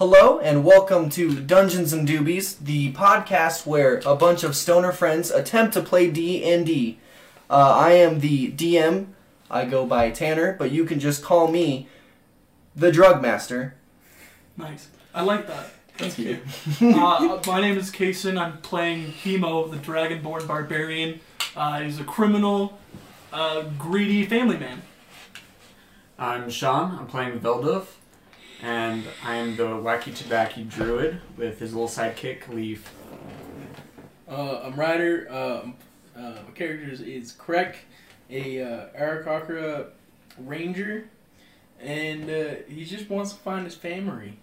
Hello and welcome to Dungeons and Doobies, the podcast where a bunch of stoner friends attempt to play D and D. Uh, I am the DM. I go by Tanner, but you can just call me the Drug Master. Nice. I like that. That's Thank cute. uh, my name is Kason. I'm playing Hemo, the Dragonborn Barbarian. Uh, he's a criminal, uh, greedy family man. I'm Sean. I'm playing Veldov, and I am the wacky tabacky druid with his little sidekick Leaf. Uh, I'm Ryder. Um, uh, my character is- is Krek, a uh, Arakakra ranger, and uh, he just wants to find his family.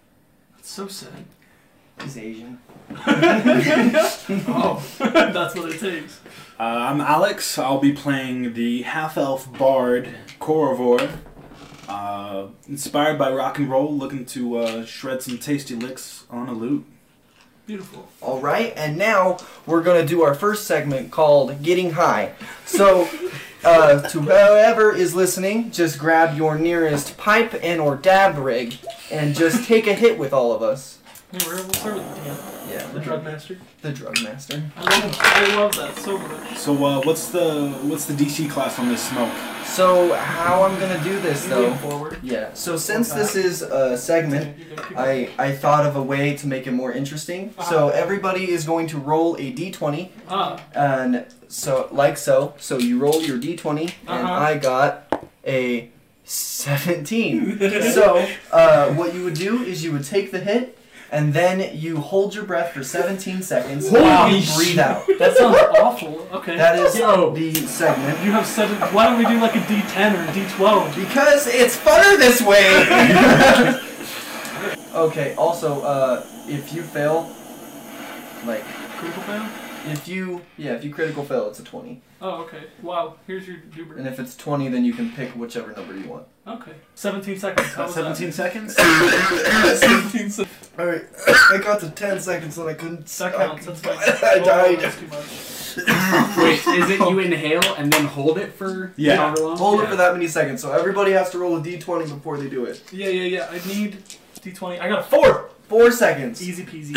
That's so sad. He's Asian. Oh, that's what it takes. Uh, I'm Alex. I'll be playing the half elf bard Korvor. Uh, inspired by rock and roll, looking to uh, shred some tasty licks on a lute. Beautiful. All right, and now we're gonna do our first segment called "Getting High." So, uh, to whoever is listening, just grab your nearest pipe and or dab rig, and just take a hit with all of us. Yeah, we're, we'll start with Dan, Yeah, the drug master. the Drug Master. I love, I love that so much. So, uh, what's the what's the DC class on this smoke? So how I'm gonna do this You lean though? forward. Yeah. So since this is a segment, I I thought of a way to make it more interesting. So everybody is going to roll a d20, Ah, and so like so. So you roll your d20, and Uh-huh. I got a 17. so uh, what you would do is you would take the hit. And then you hold your breath for 17 seconds and Holy you breathe out. that sounds awful. Okay. That is Yo. the segment. You have seven. Why don't we do like a D10 or a D12? Because it's funner this way. okay. Also, uh, if you fail, like Critical fail? if you yeah if you critical fail, it's a twenty, Oh, okay. Wow. Here's your duper. and if it's twenty, then you can pick whichever number you want. Okay. 17 seconds. Uh, How was that? seconds. All right. I got to ten seconds, and I couldn't. That counts. That's fine. I Oh, died. that's too much. Wait, is it you inhale and then hold it for Yeah. however long? Hold it for that many seconds, so everybody has to roll a d20 before they do it. Yeah, yeah, yeah. I need D20. I got a four. Four seconds. Easy peasy.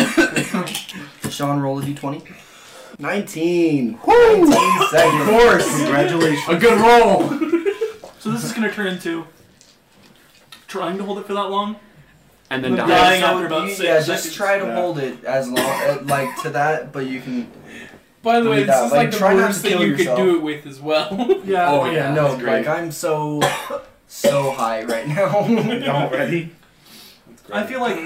Sean, roll a d20. 19. Woo! 19 seconds. Of course. Congratulations. A good roll. so this is gonna turn into trying to hold it for that long. And then The die. guy- Dying so after about you- six yeah, just seconds. try to Yeah. hold it as long, uh, like to that, but you can By the way, Read this that, is like, like, the try not to worst thing kill you yourself. could do it with as well. Yeah. Oh, Yeah, yeah. uh, no, that's great. like I'm so so high right now. Y'all ready? I feel like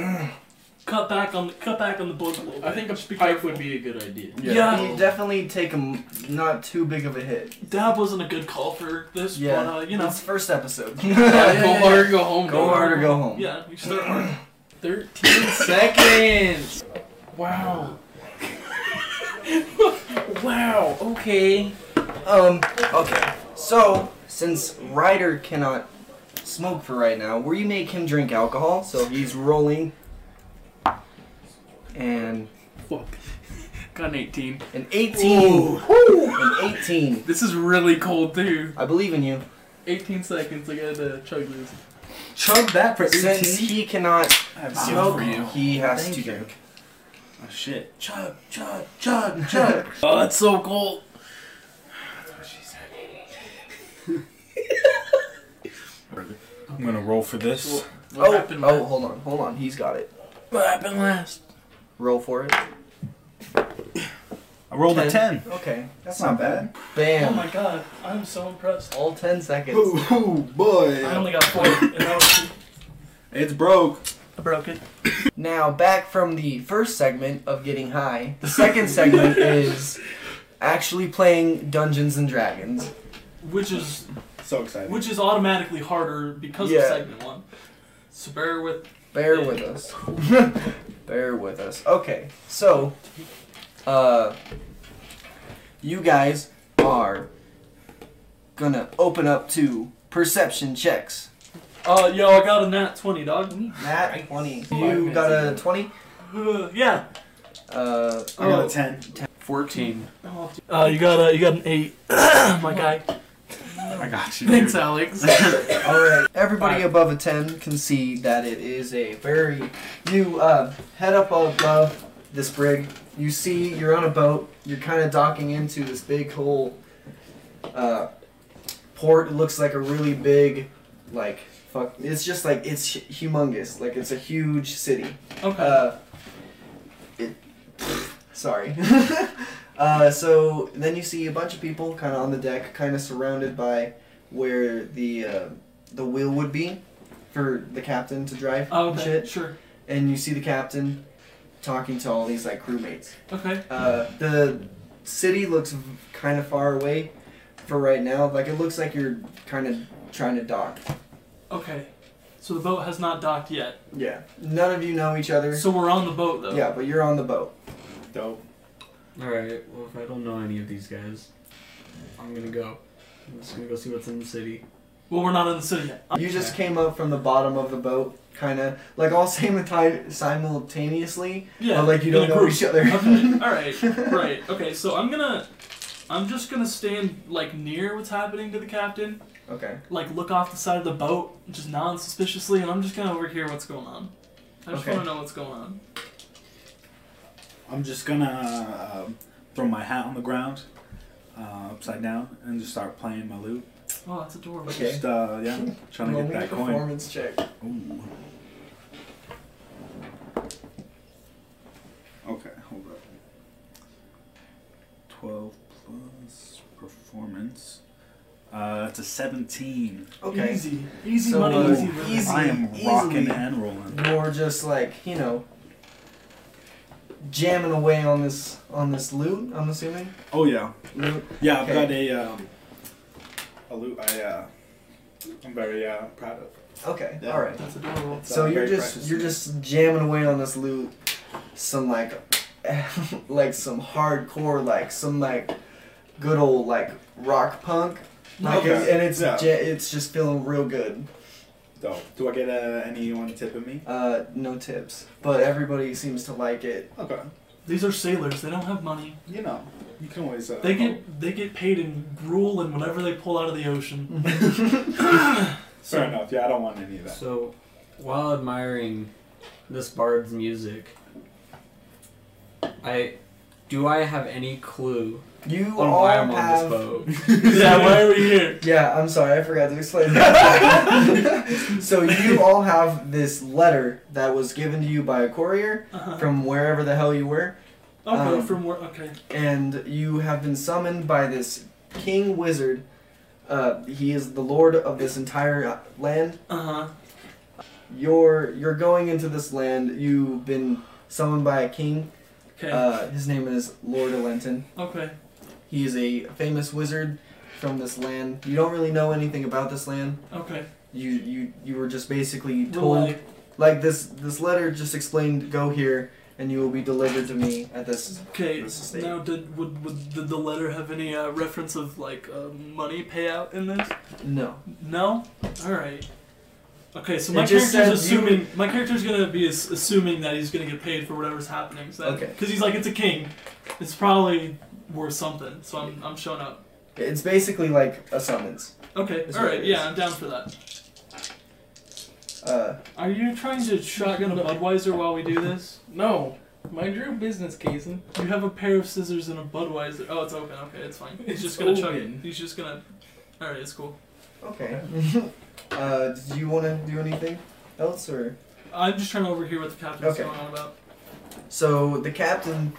cut back on the cut back on the book a little bit. I think Just a pipe would be a good idea. Yeah. you definitely take a m- not too big of a hit. Dab wasn't a good call for this, Yeah, but uh, you know. it's first episode. go hard or go home. Go dog. hard or go home. Yeah, you start hard. 13 seconds. Wow. wow. Oh, Okay. Um. Okay. So since Ryder cannot smoke for right now, we make him drink alcohol. So he's rolling. And Got an 18. an 18. An 18. This is really cold too. I believe in you. 18 seconds. I gotta chug this. Chug that for Since eighteen. he cannot I have smoke, for you. he has Thank to you. drink. Oh shit! Chug, chug, chug, chug. Oh, it's so cold. I'm gonna roll for this. What oh, happened oh, last? hold on, hold on. He's got it. What happened last? Roll for it. I rolled a ten. Okay, that's not bad. Oh Bam. my god, I'm so impressed. All 10 seconds. Ooh, I boy! only got four, and that was It's broke. I broke it. Now, back from the first segment of Getting High, the second segment is actually playing Dungeons and Dragons. Which is So excited. which is automatically harder because Yeah. of segment one. So bear with Bear with us. Bear with us. Okay, so, uh, you guys are gonna open up to perception checks. Uh, yo, I got a nat 20, dog. Nat 20. You got a 20? Uh, yeah. Uh, I got a ten. 14. Uh, you got a, you got an 8, my guy. I got you. Thanks, dude. Alex. Alright. Everybody Alright. above a 10 can see that it is a very. You uh, head up above this brig. You see you're on a boat. You're kind of docking into this big whole uh, port. It looks like a really big, like, fuck. It's just like, it's humongous. Like, it's a huge city. Okay. Uh, it, sorry. uh, so then you see a bunch of people kind of on the deck, kind of surrounded by where the uh, the wheel would be for the captain to drive Oh, and okay. shit. Sure. And you see the captain talking to all these like crewmates. Okay. Uh, the city looks kind of far away for right now. Like it looks like you're kind of trying to dock. Okay. So the boat has not docked yet. Yeah. None of you know each other. So we're on the boat though. yeah, but you're on the boat. Dope. Alright, well, if I don't know any of these guys, I'm gonna go. I'm just gonna go see what's in the city. Well, we're not in the city yet. You just came up from the bottom of the boat, kind of like all same time simultaneously, Yeah. but like you don't in a know group. each other. Okay, all right, right. Okay, so I'm gonna, I'm just gonna stand like near what's happening to the captain, okay. like look off the side of the boat, just non-suspiciously, and I'm just gonna overhear what's going on. I just Okay. want to know what's going on. I'm just gonna uh, throw my hat on the ground, uh, upside down, and just start playing my lute. Oh, that's adorable. Okay. Just uh, yeah, trying to Roll get me a that coin. performance check. Ooh. Okay, hold up. Twelve plus performance. Uh, that's a seventeen. Okay. Easy, easy So, money, uh, easy. money. easy. I am easily. rocking and rolling. You're just like you know, jamming away on this on this loot. I'm assuming. Oh yeah, Loot. yeah. Okay. I've got a um, a lute. I uh, I'm very uh, proud of. Okay. Yeah. All right. That's adorable. So I'm you're very just precious. you're just jamming away on this loot, some like, like some hardcore like some like, good old like rock punk, like Okay. it's, and it's Yeah. ja- it's just feeling real good. Dope. Do I get uh, anyone tipping me? Uh, no tips, but everybody seems to like it. Okay. These are sailors. They don't have money. You know, you can always. Uh, They get they get paid in gruel and whatever they pull out of the ocean. oh, Fair enough. Yeah, I don't want any of that. So, while admiring this bard's music, I. Do I have any clue You on all why I'm have. on this boat? yeah, why are we here? Yeah, I'm sorry, I forgot to explain that. so you all have this letter that was given to you by a courier Uh-huh. from wherever the hell you were. Okay, um, from where? Okay. and you have been summoned by this king wizard. Uh, he is the lord of this entire land. Uh huh. You're you're going into this land. You've been summoned by a king. Okay. Uh, his name is Lord Alenton. okay. He is a famous wizard from this land. You don't really know anything about this land. Okay. You you you were just basically We're told like- like this this letter just explained go here and you will be delivered to me at this Okay. This is the- Now, did would, would did the letter have any uh, reference of like uh, money payout in this? no. No. All right. Okay, so It my just character's says you- assuming my character's gonna be as- assuming that he's gonna get paid for whatever's happening. So Okay. Because he's like, it's a king. It's probably worth something. So I'm I'm showing up. It's basically like a summons. Okay. That's all what right. it Yeah, is. I'm down for that. Uh, Are you trying to shotgun a No. Budweiser while we do this? no, mind your business, Kason. You have a pair of scissors and a Budweiser. Oh, it's open. Okay, it's fine. He's It's just gonna chug it. open. He's just gonna. All right, it's cool. Okay. uh, do you want to do anything else, or? I'm just trying to overhear what the captain's Okay. going on about. So the captain,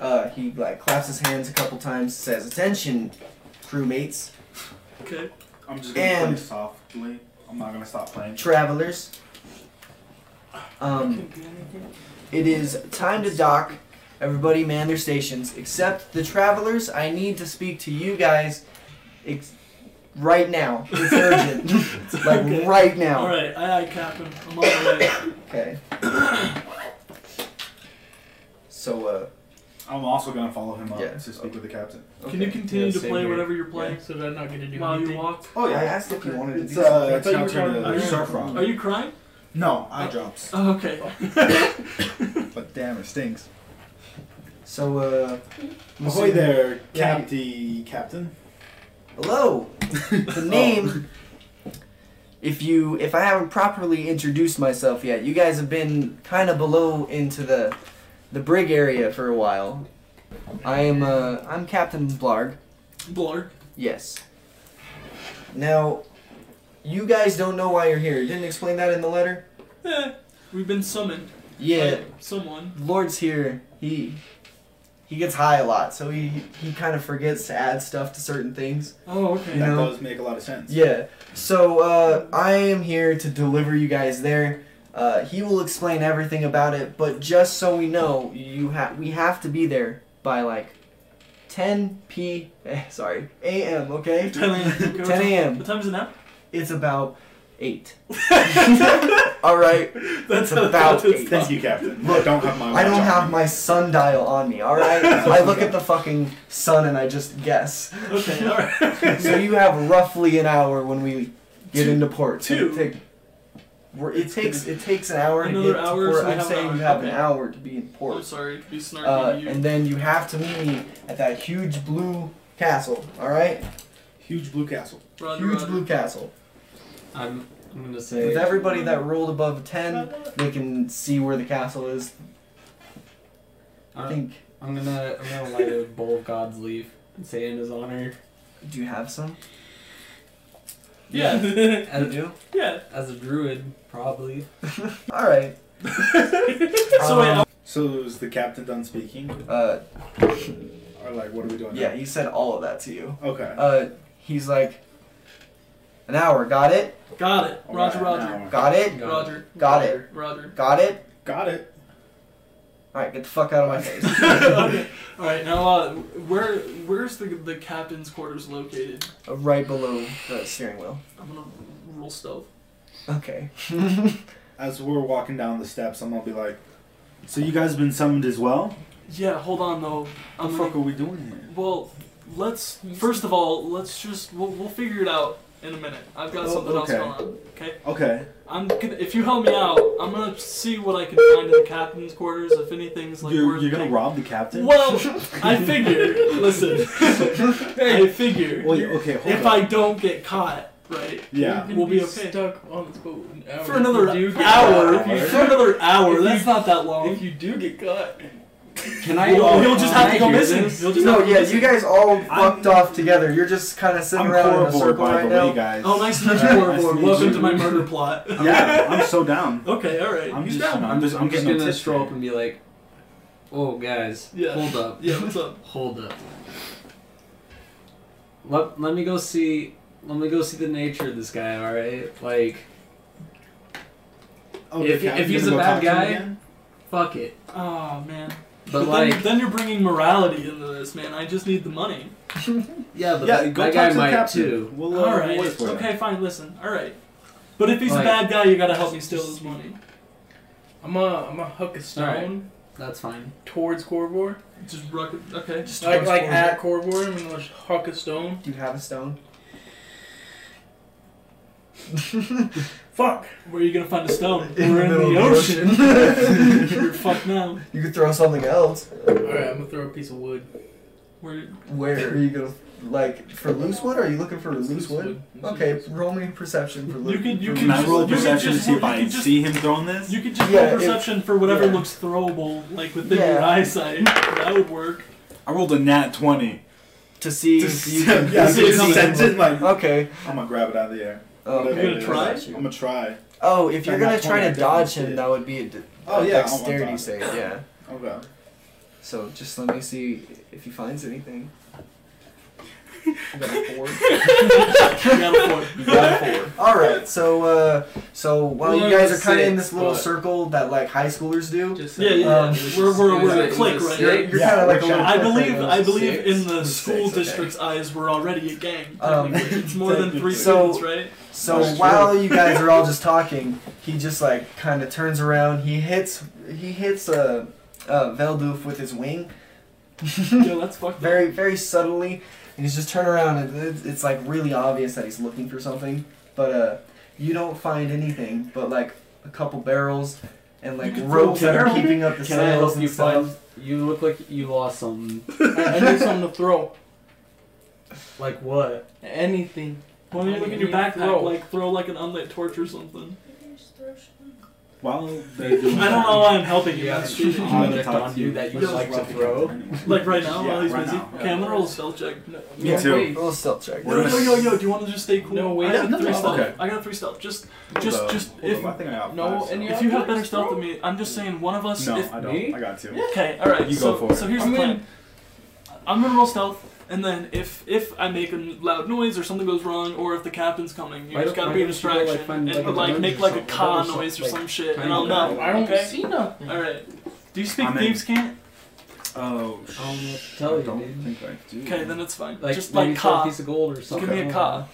uh, he like claps his hands a couple times, says, "Attention, crewmates, Okay. I'm just gonna play And- softly. I'm not gonna stop playing. travelers. Um, it is time to dock. Everybody, man their stations, except the travelers. I need to speak to you guys, ex- right now. It's urgent, like Okay. right now." All right, aye aye, Captain. I'm on the way. Okay. So uh. I'm also gonna follow him up Yeah. to speak with the captain. Can you okay. continue Yeah, to same play here. whatever you're playing so that I'm not gonna do while you anything. walk? Oh I asked if you wanted to It's, do uh, it's now something. I thought you were turn talking to about- surf rock. Are you crying? No, eye drops. Oh, okay. But damn, it stinks. So, uh. Ahoy there, Oh, Yeah. Capty Captain. Hello! Oh. the name. If you, if I haven't properly introduced myself yet, you guys have been kind of below into the, the brig area for a while. I am, uh, I'm Captain Blarg. Blur. Yes. Now, you guys don't know why you're here. You didn't explain that in the letter. Eh, we've been summoned. Yeah. By someone. Lord's here. He he gets high a lot, so he he kind of forgets to add stuff to certain things. Oh, okay. You know- does make a lot of sense. Yeah. So uh, I am here to deliver you guys there. Uh, he will explain everything about it, but just so we know, you have we have to be there by like 10 p. eh, Sorry, a.m. Okay. 10 a.m. Okay, 10 a.m.. What time is it now? It's about eight. All right. That's about eight. Thank you, Captain. Look, I don't have my. I don't watch on have me. my sundial on me, alright? I look at the fucking sun and I just guess. Okay, all right. So you have roughly an hour when we get Two. into port. So Two. Take, we're- it takes it takes an hour to Another get hour, to port. so we I'm have an saying hour. you have an Okay. hour to be in I'm port. sorry to be snarky Uh, to you. and then you have to meet me at that huge blue castle, alright? huge blue castle. Roger, Huge roger. blue castle. I'm, I'm gonna say. With everybody that rolled above 10, they can see where the castle is. Uh. I I'm, think. I'm gonna I'm gonna light a bowl of God's leaf and say in his honor. Do you have some? Yeah, You As, do? yeah. as a druid, probably. Alright. So wait, Um, I- So is the captain done speaking, Uh, or like what are we doing? Yeah, he said all of that to you. Now? Okay. Uh, he's like, an hour. Got it. oh, got it. oh All Roger, right, roger, now. Got it. Got roger, Got it. roger. Got it. Got it. All right, get the fuck out of my face. okay. All right, now uh, where where's the the captain's quarters located? Uh, right below the steering wheel. I'm gonna roll stealth. Okay. As we're walking down the steps, I'm gonna be like, "So you guys been summoned as well? Yeah, hold on though. What I'm the gonna fuck are we doing here?" Well, let's first of all, let's just we'll, we'll figure it out in a minute. I've got Oh, something okay. else going on. Okay, Okay. I'm gonna if you help me out, I'm gonna see what I can find in the captain's quarters. If anything's like you're worth you're gonna taking. rob the captain? Well, I figure. Listen, I figure. Wait. Okay. Hold if on. I don't get caught, right? Yeah. You're We'll gonna be okay. stuck on this boat an hour. For another if you do get hour, caught. If for another hour. If that's you- not that long. If you do get caught, Can I? You'll, Oh, you'll just can have I to go hear missing. this? You'll just no, have to yeah, go missing. you guys all fucked fucked off together. You're just kind of sitting I'm around in a Corvor, circle by right the way, now. guys. Oh, nice to meet you, Nice Warlord. to meet Welcome you. to my murder plot. Yeah, I'm so down. Okay, all right. I'm He's just, down. I'm just, I'm just no gonna tits stroll up here. and be like, "Oh, guys, Yeah. hold up, Yeah, what's up? hold up. Let let me go see. Let me go see the nature of this guy. All right, like, Oh, If- the captain if he's gonna go a bad talk to him guy- again? fuck it. Oh man. But then, like, then you're bringing morality into this, man. I just need the money. yeah, but yeah, that, go that talk guy to the might captain. too. We'll, uh, All right. wait for you. Okay, fine. Listen. All right. But if he's a Like- bad guy, you gotta help me steal his money. I'm a I'm a huck a stone That's fine. towards Corvor. Just ruck. Okay. Just Like towards like Corvor. at Corvor, I'm gonna just huck a stone. Do you have a stone? Fuck. Where are you gonna find a stone? In We're the in middle the of the ocean. ocean. you're fucked now. You could throw something else. All right, I'm gonna throw a piece of wood. Where? Where are you gonna like for loose wood? Are you looking for loose wood? Okay, roll me perception for You loose. could- you for Can could loose I just- roll wood. you could perception to just- see if you I could just- see him throwing this? You could just Yeah, roll if- perception for whatever yeah. looks throwable, like within your Yeah. eyesight. That would work. I rolled a nat 20. to see if you can. yeah, to see see something. something. Like, Okay. I'm gonna grab it out of the air. Oh, Whatever okay. You're gonna it is. try? I'm gonna try. Oh, if So you're not gonna try 20, to dodge definitely him, that would be a de- Oh, a yeah, I'll- I'll dexterity dodge. save. Yeah. Okay. So just let me see if he finds anything. I got a four. You gotta You got a four. All right. So, uh, so while you Well, guys are it's kind of in six, this little but- circle that like high schoolers do, Just Yeah, yeah, it was Um, we're- just- we're- it was we're a it was click, right? you're, six. you're Yeah, kind of like a we're little. shy. I click right believe now. I believe in the Six, school okay. district's eyes we're already a gang. Um, technically. it's more than three So- students, right? So That's true. while you guys are all just talking, he just like kind of turns around. He hits he hits uh, uh, Veldoof with his wing, Yo, that's fucked up. very very subtly, and he's just turn around and it's, it's like really obvious that he's looking for something, but uh, you don't find anything but like a couple barrels and like can ropes throw a that are barrel. keeping up the Can I sails help and you stuff. find? You look like you lost something. I, I need something to throw. Like what? Anything. Why don't you look in your You backpack? throw. Like throw like an unlit torch or something. While they're doing I don't know why I'm helping you. You have guys. an I'm gonna object talk on to you you. that you Just would like to roughing throw. up anyway. like right now Yeah, while he's right busy. now. Okay, I'm gonna roll a spell check. No, Me no too. ways. We'll stealth check. We're Yo, gonna- yo, yo, yo! Do you want to just stay cool? No way. I got No, three no, stealth. okay. I got three stealth. Just, Hold just, up. just Hold if up, I think I got no, five, and so- you- if you have better stealth than me, I'm just saying one of us. no, if, I don't. me? I got two. Okay, all right. You so, go for it. so here's I'm the gonna- plan. I'm gonna roll stealth, and then if if I make a loud noise or something goes wrong, or if the captain's coming, you Why just don't- gotta why be a don't you go, like, distraction find, like, and an like make emergency like a something, car or something, noise or like, some shit, and tiny I'll know. guy. I don't okay. see nothing. All right. Do you speak I'm in. thieves' cant? Oh, I don't know what sh- to tell I you, don't dude. think I do. Okay, then it's fine. Like just maybe like throw a ka. piece of gold or something. Give me a ka.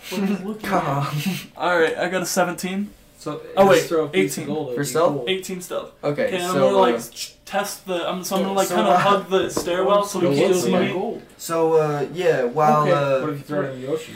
Ka. All right, I got a 17, So Oh, just wait, throw a piece 18. Of gold, it'd For be stealth? cool. 18 stealth. Okay, Okay, I'm gonna so like uh, ch- test the. I'm so I'm yeah, gonna like so, kind uh, of hug the stairwell so So he can't what's see my me. gold? so uh, yeah. While Okay, uh, What if you throw it in the ocean?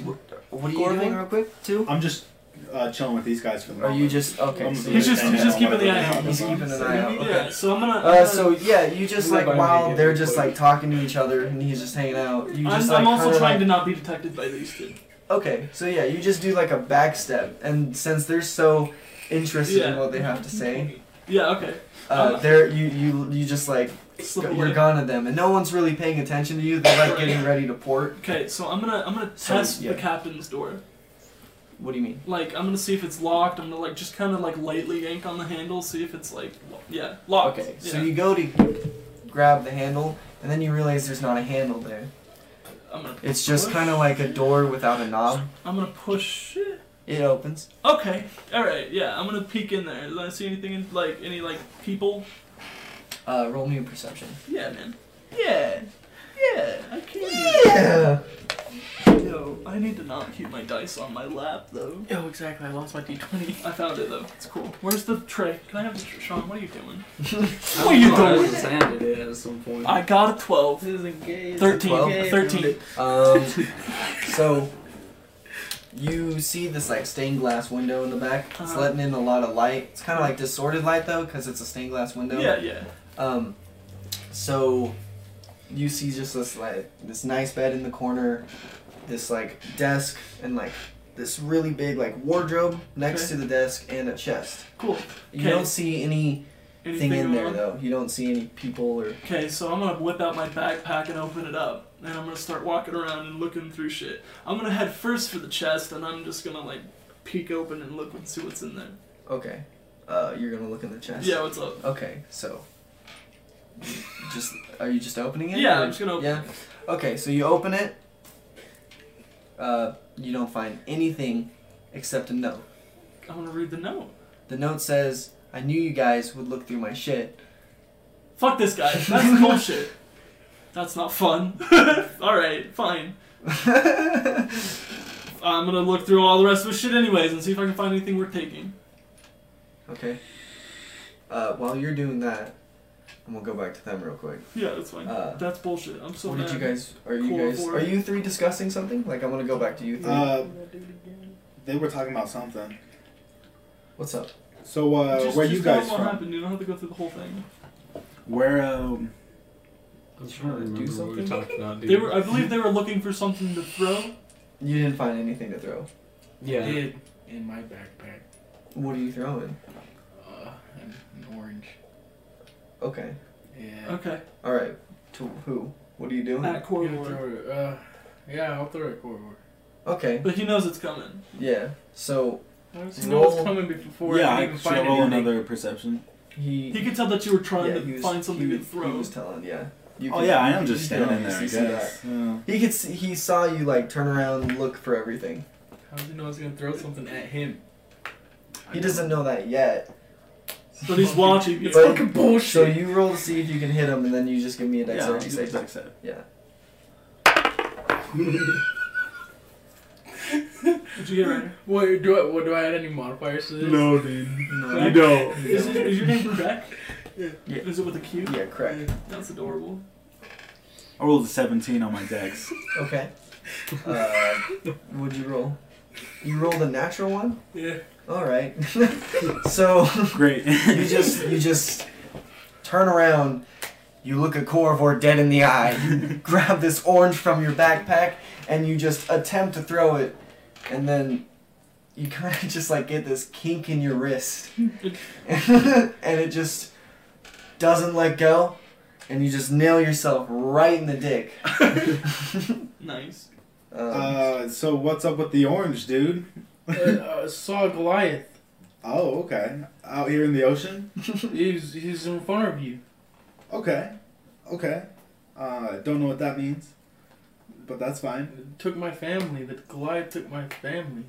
what are you Gordon? doing real quick too? I'm just uh, chilling with these guys for the Are moment. you just okay? I'm So gonna He's do just- the he's same just thing. keeping the eye out. He's keeping an eye out. Yeah, Okay. so I'm gonna. Uh, so yeah, you just We're like about to while get they're it just quick. like talking to each other and he's just hanging out. You I'm, just I'm like also kinda, trying like- to not be detected by these two. Okay, so yeah, you just do like a back step, and since they're so interested in Yeah. what they have to say, Yeah, okay. uh, Um, they're you you you just like Slip go- away. you're gone to them, and no one's really paying attention to you. They're like Right. getting ready to port. Okay, so I'm gonna I'm gonna So, test yeah. the captain's door. What do you mean? Like I'm gonna see if it's locked. I'm gonna like just kind of like lightly yank on the handle, see if it's like lo- yeah locked. Okay, so Yeah. you go to grab the handle, and then you realize there's not a handle there. I'm gonna It's just kind of like a door without a knob. I'm gonna push it. It opens. Okay, all right, yeah. I'm gonna peek in there. Did I see anything in like any like people? Uh, roll me a perception. Yeah, man. Yeah, yeah. I can. Yeah. Yo, I need to not keep my dice on my lap though. Oh, exactly. I lost my d20. I found it though. It's cool. Where's the tray? Can I have the tray? Sean? What are you doing? I What are you don't know, I doing? just handed it at some point. I got a twelve. This isn't gay. this Thirteen. Twelve? isn't gay. Thirteen. Um, so you see this like stained glass window in the back. It's Uh-huh. letting in a lot of light. It's kind of like distorted light though, because it's a stained glass window. Yeah, yeah. Um, so you see just this like this nice bed in the corner, this like desk and like this really big like wardrobe next Okay. to the desk and a chest. Cool. You Okay. don't see anything Anything in there going on? though. You don't see any people or Okay, so I'm gonna whip out my backpack and open it up, and I'm gonna start walking around and looking through shit. I'm gonna head first for the chest, and I'm just gonna like peek open and look and see what's in there. okay. Uh, you're gonna look in the chest. Yeah, what's up? Okay, so just are you just opening it? Yeah, or- I'm just gonna open Yeah. Okay, so you open it. Uh, you don't find anything except a note. I'm gonna read the note. The note says, "I knew you guys would look through my shit." Fuck this guy. That's bullshit. That's not fun. all right, fine. I'm gonna look through all the rest of his shit anyways and see if I can find anything worth taking. Okay. Uh, while you're doing that, I'm gonna go back to them real quick. Yeah, that's fine. Uh, that's bullshit. I'm so what did mad. you guys? Are you Cool guys? for- Are you three discussing something? Like I want to go back to you three. Uh, they were talking about something. What's up? So uh, just, where just you tell guys them what from? happened. You don't have to go through the whole thing. Where um, I'm trying to Do remember what we something? talked about, dude. They were, I believe, they were looking for something to throw. You didn't find anything to throw. yeah. Did in my backpack. What are you throwing? Uh, an, an orange. Okay. Yeah. Okay. All right. To who? What are you doing? At I'm gonna Corridor. throw it, Uh, yeah, I'll throw it at Corridor. Okay. But he knows it's coming. Yeah. So Why does he know what's Roll- coming before yeah, I I can even should I find roll anything? another perception. he. He could tell that you were trying yeah, to he was- find something he, to was- throw. He was telling. Yeah. You Oh could- yeah, I am you just could standing there. I obviously see guess. Yeah. that. He could. See, he saw you like turn around, look for everything. How does he know I was gonna throw something at him? He doesn't know that yet. But he's watching. It's- It's But- fucking So bullshit. you roll to see if you can hit him, and then you just give me a Yeah, I'll dexterity do a save. dex save. Yeah. Did you get right? What do I? What do I add any modifiers to this? dude. No. You don't. Is, it, is your name Crack? Yeah. Is it with a Q? Yeah. Correct. That's adorable. I rolled a 17 on my dex. Okay. Uh, what'd you roll? You rolled a natural one. Yeah. All right. so. Great. you just you just turn around You look at Corvor dead in the eye. You grab this orange from your backpack and you just attempt to throw it, and then you kind of just like get this kink in your wrist, and it just doesn't let go, and you just nail yourself right in the dick. Nice. Um, Uh, so what's up with the orange, dude? uh, uh, saw Goliath. Oh, okay. Out here in the ocean? He's he's in front of you. Okay. Okay. Uh, don't know what that means, but that's fine. Took my family. The Goliath took my family.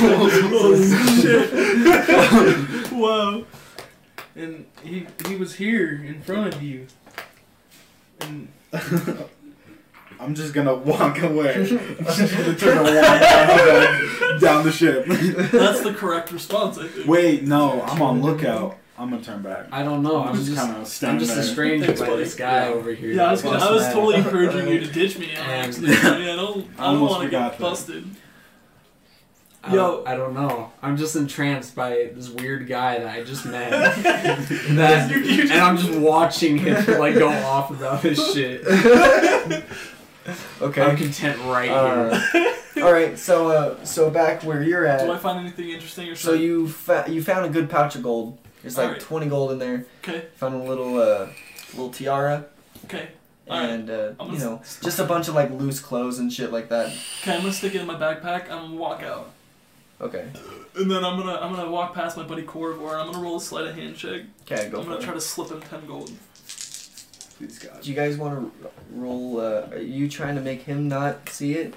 oh, shit. Whoa. And he he was here in front of you. And I'm just gonna walk away. I'm just gonna turn and walk down the, down the ship. That's the correct response, I think. Wait, no, I'm on lookout. I'm gonna turn back. I don't know. I'm I'm just, just kind of I'm standing just a there. stranger Thanks, by buddy. this guy Yeah. over here. Yeah, I was, gonna, I was Bust totally that. encouraccident you to ditch me. on And- accident. I, mean, I don't, I don't Almost want to get forgot that. busted. I don't- Yo. I don't know. I'm just entranced by this weird guy that I just met. that, You- you just- and I'm just watching him like go off about this shit. I'm okay. content right here. Uh, all right. So uh, so back where you're at. Do I find anything interesting or So something? you fa- you found a good pouch of gold. There's like Alright. 20 gold in there. Okay, Found a little uh, little tiara okay. Alright. and uh, I'm you gonna know just a bunch of like loose clothes and shit like that. Okay, I'm gonna stick it in my backpack. I'm gonna walk out, Okay. and then I'm gonna I'm gonna walk past my buddy Corvor, and I'm gonna roll a sleight of hand check. Okay, go I'm for gonna it. try to slip him ten gold. Please God. Do you guys want to roll? Uh, are you trying to make him not see it?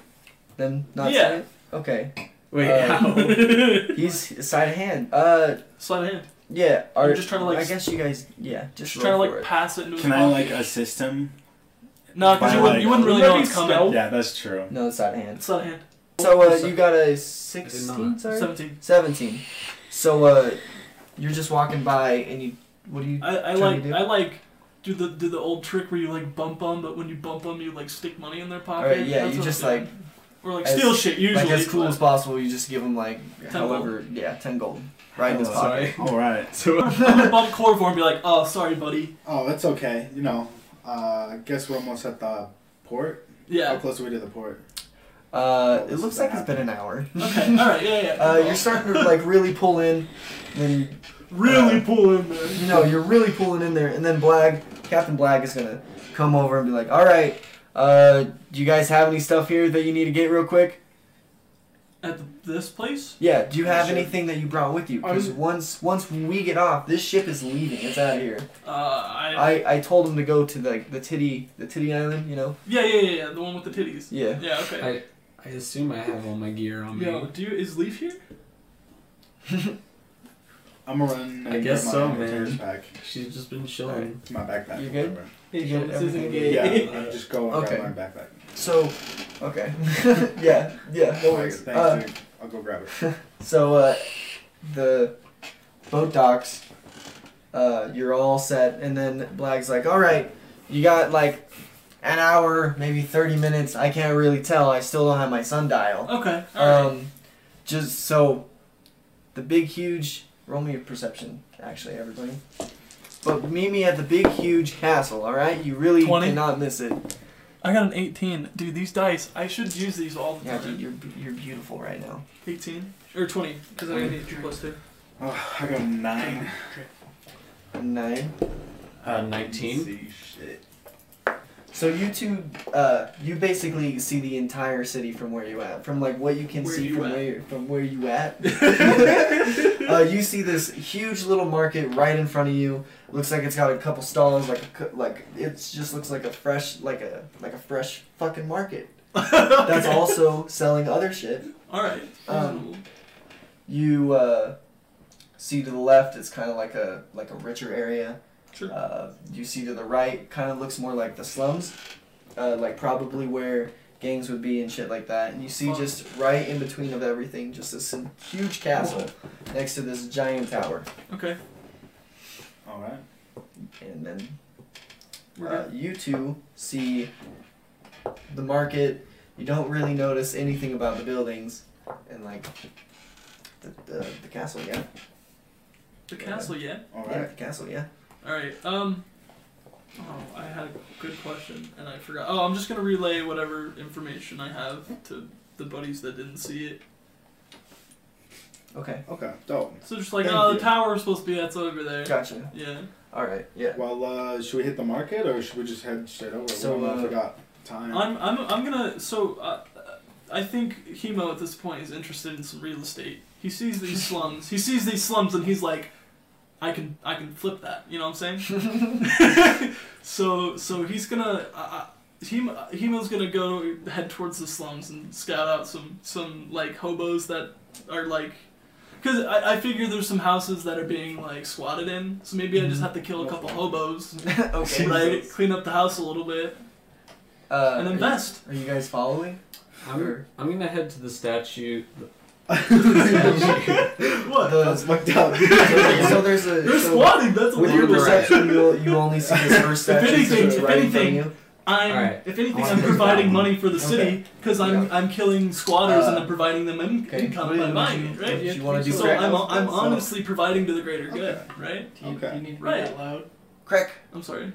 Them not Yeah. see it? Okay. Wait, uh, how? He's side of hand. Uh, Sleight of hand. yeah. Are, You're just trying to, like, I guess you guys. Yeah. Just Just trying to roll like for it. pass it into his Can I pocket. like assist him? No, because by, you wouldn't, like- you wouldn't really Would know that be it's coming. stealth? Yeah, that's true. No, it's sleight of hand. Sleight of hand. So uh, So- you got a 16. not. Sorry. Seventeen. 17. So uh, you're just walking by and you. What do you? I, I Trying like to do- I like do the do the old trick where you like bump them, but when you bump them, you like stick money in their pocket. Alright, yeah, That's you what just, I'm doing. or like as- steal shit usually. like as cool but- as possible. You just give him like gold. however, yeah, ten gold, right in his Oh, pocket. Sorry. All right. So, I'm gonna bump Corvor and be like, oh, sorry, buddy. Oh, it's okay. You know, uh, I guess we're almost at the port. How Yeah. close are we to the port? Uh, it This looks is like it's bad. been an hour. Okay. All right. Yeah. Yeah. Uh, you're starting to like really pull in, and uh, really pull in there. you know you're really pulling in there, and then Blag, Captain Blag is gonna come over and be like, "All right, uh, do you guys have any stuff here that you need to get real quick? At the, this place? Yeah, do you have Sure. anything that you brought with you? Because I'm- once once we get off, this ship is leaving. It's out of here. Uh, I, I, I told him to go to like the titty the titty island, you know. yeah, yeah, yeah, yeah, the one with the titties. Yeah. Yeah, okay. I, I assume I have all my gear on me. Yo, do you, is Leaf here? I'm gonna run. I and guess get my so, inventory's man. Back. She's just been chilling. My backpack. You good? whatever. You Hey, got this everything isn't you gay. need. Yeah, I'm just go and Okay. grab my backpack. So, okay, yeah, yeah, no worries. Thanks, Uh, dude. I'll go grab it. So uh, the boat docks, uh, you're all set, and then Blag's like, "All right, you got like an hour, maybe thirty minutes. I can't really tell. I still don't have my sundial. Okay. All right. Um, just so the big huge. Roll me a perception, actually, everybody. But meet me at the big huge castle. All right, you really 20? cannot miss it. I got an 18. Dude, these dice, I should use these all the Yeah, time. dude, you're you're beautiful right now. 18? Or 20, because I need 2 plus 2. Oh, I got nine. Nine. Uh, 19. See, shit. So you two, uh, you basically see the entire city from where you at, from like what you can Where see you from at? where you're, from where you at. uh, you see this huge little market right in front of you. Looks like it's got a couple stalls, like a, cou- like it just looks like a fresh, like a like a fresh fucking market. That's also selling other shit. Alright. Um, You uh, see to the left, it's kind of like a like a richer area. sure. Uh, you see to the right kind of looks more like the slums, uh, like probably where gangs would be and shit like that. And you see just right in between of everything, just this huge castle next to this giant tower. Okay. All right. And then We're uh, good. you two see the market. You don't really notice anything about the buildings and like the, the, the castle, yeah. The castle, yeah? All Yeah, right. the castle, yeah. Alright, um, Oh, I had a good question and I forgot. Oh, I'm just gonna relay whatever information I have to the buddies that didn't see it. Okay. Okay, dope. So just like, Thank oh, you. the tower is supposed to be that's over there. Gotcha. Yeah. All right. Yeah. Well, uh, should we hit the market or should we just head straight over? So, We almost uh, forgot time. I'm, I'm, I'm gonna. So, uh, uh, I think Hemo at this point is interested in some real estate. He sees these slums. He sees these slums, and he's like, I can, I can flip that. You know what I'm saying? so, so he's gonna. Uh, Hemo, Hemo's gonna go head towards the slums and scout out some, some like hobos that are like. Cause I, I figure there's some houses that are being like squatted in, so maybe I just have to kill a couple hobos, Mm-hmm. okay. right? Clean up the house a little bit Uh, and are you- invest. Are you guys following? I'm, Sure. I'm gonna head to the statue. What? The- That's fucked up. so there's a. You're so squatting. That's a with your little bit. perception, you you only see this first If section. anything- so it's if right anything, in front of I'm, Alright. if anything, I I'm wanna take providing that one. money for the city because I'm I'm killing squatters and I'm providing them you. Uh, Okay. income What do by you- buying what it, right? do you want to do? So Crack? I'm I'm So- honestly providing to the greater good, Okay. right? Do you, Okay. you need to be Right. that loud? Crack. I'm sorry.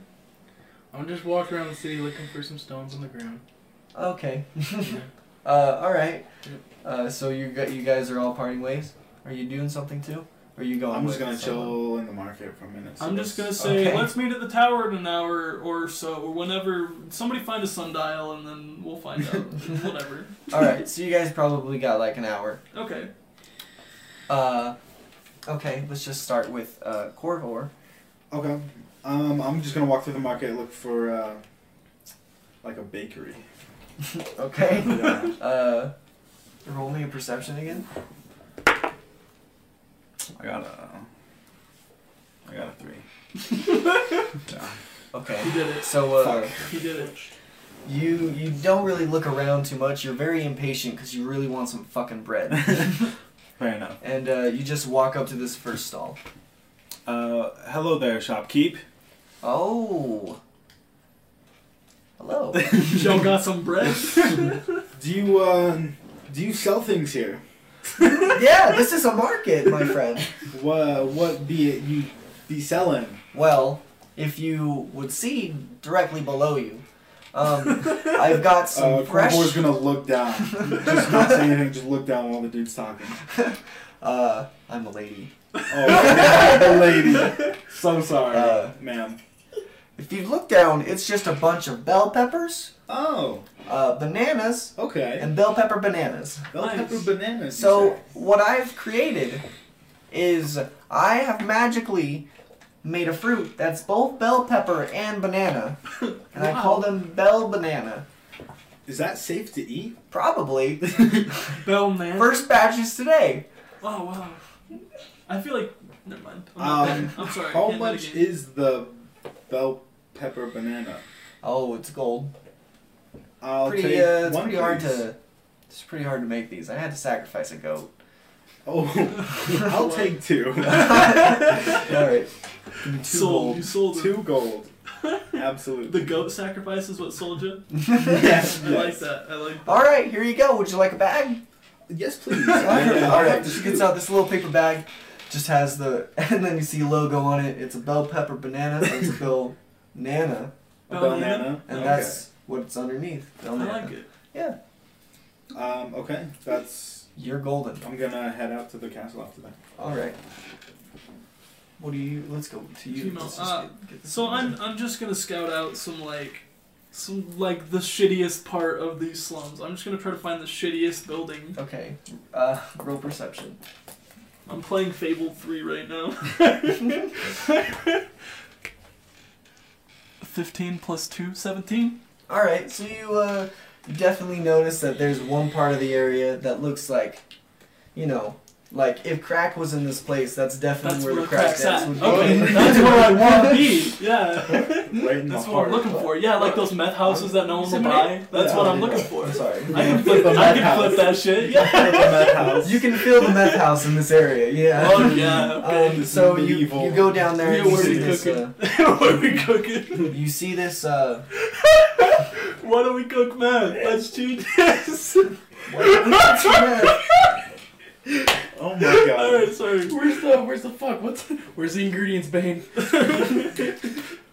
I'm just walking around the city looking for some stones on the ground. Okay. Yeah. Uh, all right. Yep. Uh, so you got you guys are all parting ways. Are you doing something too? Or are you going? I'm just with gonna someone? chill in the market for a minute. I'm just gonna say Okay. let's meet at the tower in an hour or so, or whenever somebody find a sundial and then we'll find out. Whatever. All right. So you guys probably got like an hour. Okay. Uh, okay. Let's just start with uh, Corvor. Okay. Um, I'm just gonna walk through the market look for uh, like a bakery. Okay. Yeah. Uh, roll me a perception again. I got a. I got a three. Okay. He did it. So uh, He did it. you you don't really look around too much. You're very impatient because you really want some fucking bread. Fair enough. and uh, you just walk up to this first stall. Uh, hello there, shopkeep. Oh. Hello. Joe got some bread. Do you uh, do you sell things here? yeah, this is a market, my friend. What what be it you be selling? Well, if you would see directly below you, um, I've got some Uh, fresh. Corbor's gonna look down. just not say anything. Just look down while the dude's talking. Uh, I'm a lady. Oh, the lady. So sorry, Uh, ma'am. If you look down, it's just a bunch of bell peppers, Oh, uh, bananas, okay. and bell pepper bananas. Bell Nice. pepper bananas. you So say. what I've created is I have magically made a fruit that's both bell pepper and banana, and I call them bell banana. is that safe to eat? Probably Bell man. first batch is today. Oh wow. I feel like never mind. I'm, Um, I'm sorry. How can't do it much again. is the bell pepper banana? Oh, it's gold. I'll pretty, take uh, it's one. pretty hard please. to. It's pretty hard to make these. I had to sacrifice a goat. Oh, I'll take two. All right. Give me two sold? You sold it. two gold. Absolutely. The goat sacrifice is what sold you. gold. yes, I like yes. that. I like. All right, here you go. Would you like a bag? Yes, please. All right. This She gets out this little paper bag. Just has the, and then you see logo on it. It's a bell pepper banana. so It's a bell nana, banana. and that's what it's underneath. Bell I nana. like it. Um, okay, that's. You're golden. I'm gonna head out to the castle after that. All right. What do you? Let's go to you. Female, Let's just uh, get- get this So one. I'm I'm just gonna scout out some like, some like the shittiest part of these slums. I'm just gonna try to find the shittiest building. Okay. Uh, roll perception. I'm playing Fable three right now. Fifteen plus two, seventeen. All right, so you uh, definitely notice that there's one part of the area that looks like, you know, like if crack was in this place, that's definitely That's where, where the the crack crack's dance at. would Okay, go. that's where I want to be. Yeah. Right in Hmm? That's the what I'm heart. looking for. Yeah, like those meth houses that no one will Somebody- buy. That's what I'm looking for. I'm sorry. I can flip, I can flip that shit. Yeah. You can feel the meth house in this area, yeah. Oh yeah. Okay. Um, so you, you Medieval. go down there and Yeah, you where see we this. Uh, what are we cooking? you see this. Uh, Why don't we cook meth? That's genius. Oh my god. All right, sorry. Where's the where's the fuck? What's where's the ingredients, Bane?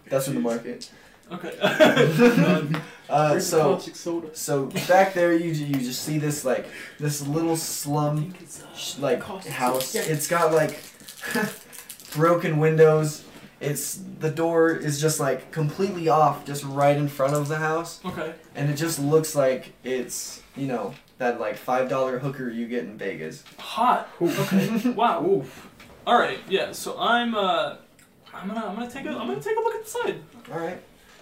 That's in the market. Okay. Uh, Where's the so caustic soda? so back there, you you just see this like this little slum sh- like Cost- house. yeah. It's got like broken windows. It's the door is just like completely off, just right in front of the house, okay. and it just looks like it's you know that like five dollar hooker you get in Vegas. Hot. Okay. Wow. All right. Yeah. So I'm. Uh, I'm gonna. I'm gonna take a. I'm gonna take a look at the side. All right.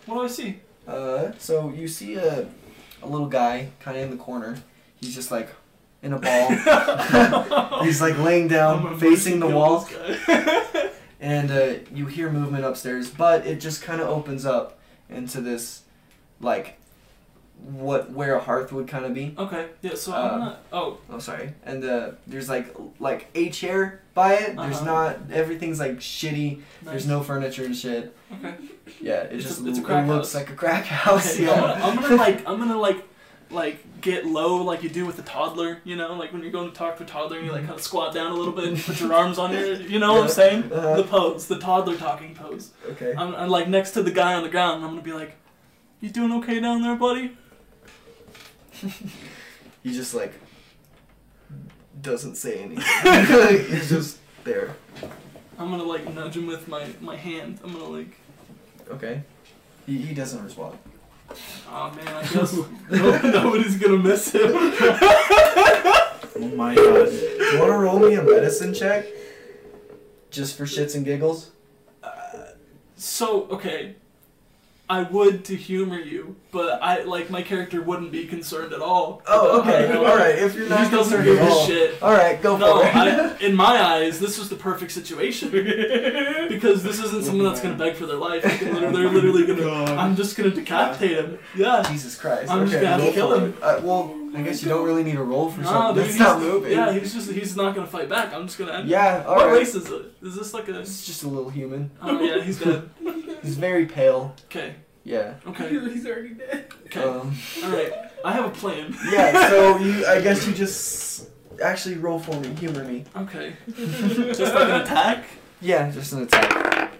What do I see? Uh, so you see a a little guy kind of in the corner. He's just like in a ball. He's like laying I'm gonna down, facing the kill wall. this guy. and uh, you hear movement upstairs, but it just kind of opens up into this, like, what where a hearth would kind of be. okay. Yeah. So Uh, I'm gonna. Oh. Oh, sorry. And uh, there's like like a chair by it. There's Uh-huh. not everything's like shitty. There's Nice. no furniture and shit. Okay. Yeah, it It's a- just it's a lo- crack it looks house. like a crack house. Okay, I'm, yeah. gonna, I'm gonna like. I'm gonna like. Like get low like you do with a toddler, you know, like when you're going to talk to a toddler, you like kind of squat down a little bit and put your arms on your, you know what I'm Yeah. saying? Uh-huh. The pose, the toddler talking pose. okay. I'm, I'm like next to the guy on the ground, and I'm gonna be like, "You doing okay down there, buddy?" He just like doesn't say anything. He's just there. I'm gonna like nudge him with my my hand. I'm gonna like, Okay. He, he doesn't respond. "Oh man, I guess no, nobody's gonna miss him." Oh my god. You want to roll me a medicine check? Just for shits and giggles? So okay, I would to humor you, but I like my character wouldn't be concerned at all. Oh, okay. About- All right. If you're He not doesn't concerned give at a all, shit. all right, go No, for it. I, in my eyes, this was the perfect situation because this isn't someone that's gonna beg for their life. They can literally- They're literally gonna. I'm just gonna decapitate him. Yeah. Jesus Christ. I'm just okay, gonna have to roll kill for him. it. Uh, well, I guess you don't really need a roll for No, something dude, that's he's, not moving. yeah, he's just he's not gonna fight back. I'm just gonna end. yeah. All what right. race is it? Is this like a? It's just a little human. Oh yeah, he's dead. He's very pale. Okay, Yeah. okay, He's already dead. okay. Um, All right, I have a plan. yeah. So you, I guess you just actually roll for me, humor me. Okay, just like an attack. Yeah, just an attack.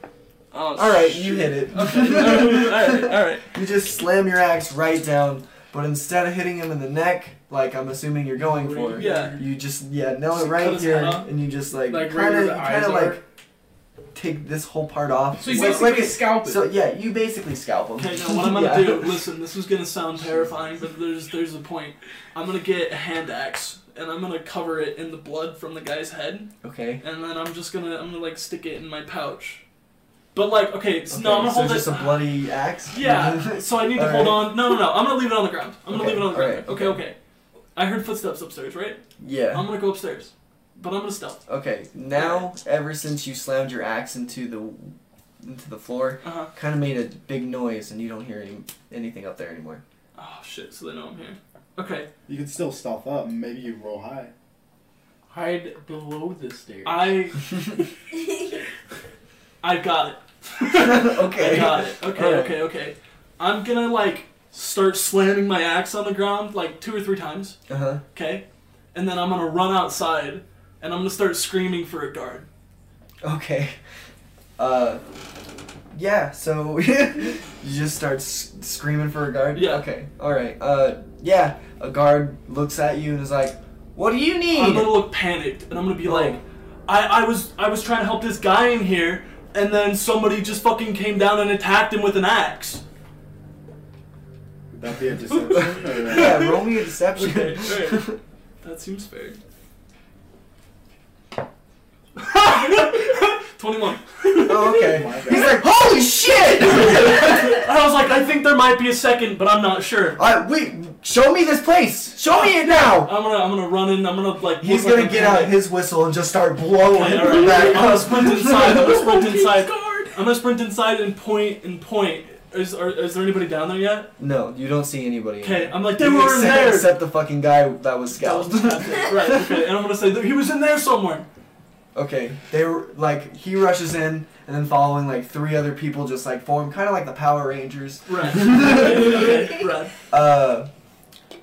Oh, All right, shit. you hit it. Okay. All right. All right. You just slam your axe right down, but instead of hitting him in the neck, like I'm assuming you're going for, Yeah. you just yeah nail it Just right cut his here, head off? and you just like, Like, right kind where of the kind eyes of are? like take this whole part off. So he's Like- basically like a- scalping. so yeah, you basically scalp him. Okay. Now what I'm gonna Yeah. do? Listen, this is gonna sound terrifying, but there's there's a point. I'm gonna get a hand axe and I'm gonna cover it in the blood from the guy's head. Okay. and then I'm just gonna I'm gonna like stick it in my pouch. But like, okay, so okay, no, I'm gonna so hold just it. a bloody axe. yeah, so I need to hold on. No, no, no, I'm gonna leave it on the ground. I'm gonna Okay, leave it on the ground. alright, okay, okay. okay. I heard footsteps upstairs, right? yeah. I'm gonna go upstairs, but I'm gonna stealth. Okay. Now, ever since you slammed your axe into the into the floor, Uh huh. kind of made a big noise, and you don't hear any, anything up there anymore. Oh shit! So they know I'm here. Okay, You can still stealth up and maybe you roll high. Hide below the stairs. I I got it. okay. I got it. Okay, Alright. okay, okay. I'm gonna like start slamming my axe on the ground like two or three times. Uh huh. Okay, and then I'm gonna run outside and I'm gonna start screaming for a guard. Okay. Uh, yeah. So you just start s- screaming for a guard. Yeah. Okay. All right. Uh, yeah. A guard looks at you and is like, "What do you need?" I'm gonna look panicked and I'm gonna be Oh. like, I, I was I was trying to help this guy in here, and then somebody just fucking came down and attacked him with an axe. Would that be a deception? or uh, no? yeah. Roll me a deception. Okay, alright. That seems fair. Twenty-one. oh, okay. Oh my God. He's like, "Holy shit!" I was like, I think there might be a second, but I'm not sure. I wait. Show me this place. Show me it now. I'm gonna I'm gonna run in. I'm gonna like. He's look gonna like I'm get out panicked. his whistle and just start blowing Okay, her alright. I'm back gonna up. sprint inside. I'm gonna sprint inside. I'm gonna sprint inside and point and point. Is are, is there anybody down there yet? No, you don't see anybody. in Okay, there. I'm like they You were in except, there. Except the fucking guy that was That scalped. was fantastic. right, okay, and I'm gonna say that he was in there somewhere. Okay, they were like he rushes in, and then following like three other people just like form, kind of like the Power Rangers. Right. okay, right. Uh,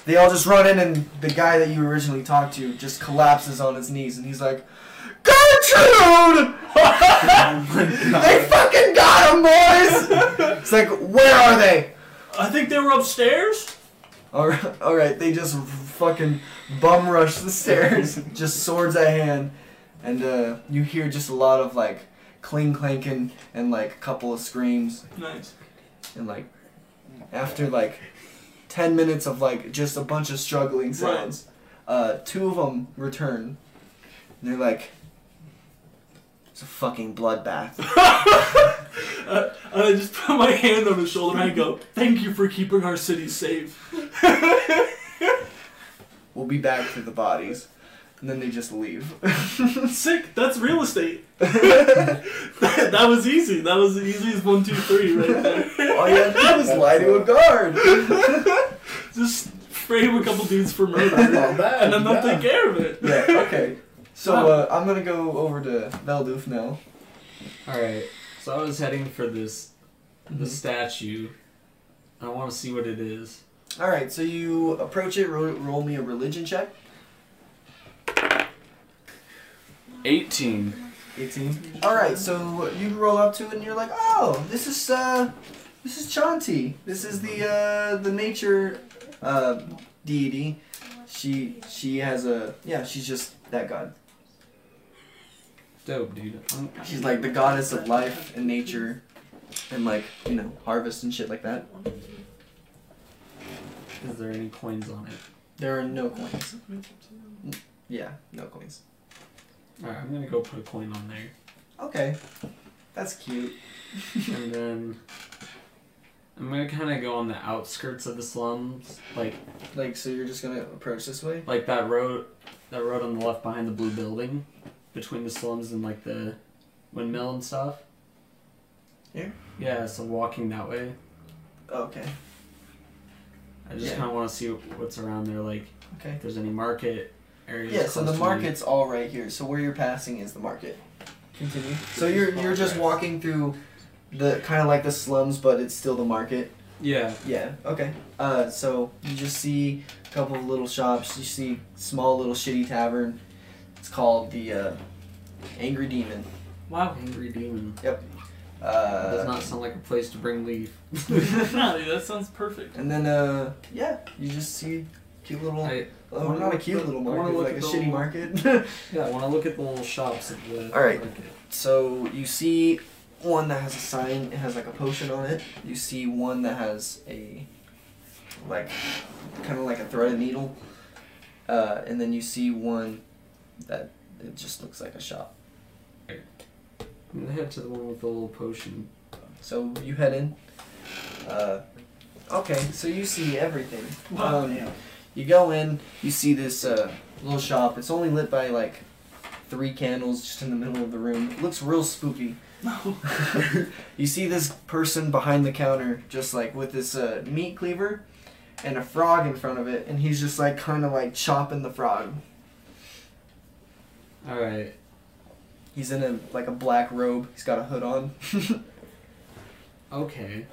they all just run in, and the guy that you originally talked to just collapses on his knees, and he's like, Oh "Gertrude, they fucking got him, boys!" It's like, where are they? I think they were upstairs. All right, all right. They just fucking bum rush the stairs, just swords at hand, and uh, you hear just a lot of like cling clanking and like a couple of screams Nice. and like after like ten minutes of like just a bunch of struggling sounds, uh, two of them return. And they're like, it's a fucking bloodbath. Uh, and I just put my hand on his shoulder and I go, "Thank you for keeping our city safe." We'll be back for the bodies, and then they just leave. Sick. That's real estate. that, that was easy. That was the easiest one, two, three right there. All you had to do was lie to a guard. Just frame a couple dudes for murder, Not bad. and then they'll yeah. take care of it. Yeah, okay. So uh, I'm gonna go over to Veldoof now. Alright, so I was heading for this Mm-hmm. the statue. I want to see what it is. All right, so you approach it. Roll, roll me a religion check. 18. 18. All right, so you roll up to it and you're like, oh, this is uh, this is Chanti. This is the uh, the nature uh, deity. She she has a yeah. She's just that god. Dope, dude. I'm- She's like the goddess of life and nature, and like you know harvest and shit like that. Is there any coins on it? There are no coins. Yeah, no coins. Alright, I'm gonna go put a coin on there. Okay, that's cute. and then I'm gonna kind of go on the outskirts of the slums, like Like, so you're just gonna approach this way? like that road, that road on the left behind the blue building, between the slums and like the windmill and stuff. Here? Yeah, so walking that way, Okay. I just Yeah. kind of want to see what's around there, like Okay. if there's any market areas. Yeah, so close the to me. market's all right here. So where you're passing is the market. Continue. So you're you're just walking through the kind of like the slums, but it's still the market. Yeah, Yeah. Okay. Uh, so you just see a couple of little shops. You see small little shitty tavern. It's called the uh, Angry Demon. wow, angry demon. That does Uh, not sound like a place to bring leaf. no, dude, that sounds perfect. and then uh, yeah, you just see cute little. I oh, wanna not a look cute at- little I wanna market, look like a at the shitty little- market. yeah, I want to look at the little shops at the All right. market. So you see one that has a sign, it has like a potion on it. You see one that has a like kind of like a threaded needle, uh, and then you see one that it just looks like a shop. I'm gonna head to the one with the little potion. So you head in. Uh, okay, so you see everything. Wow. Um, you go in, you see this uh, little shop. It's only lit by like three candles just in the middle of the room. It looks real spooky. No. you see this person behind the counter, just like with this uh, meat cleaver and a frog in front of it, and he's just like kind of like chopping the frog. All right. He's in a like a black robe. He's got a hood on. Okay.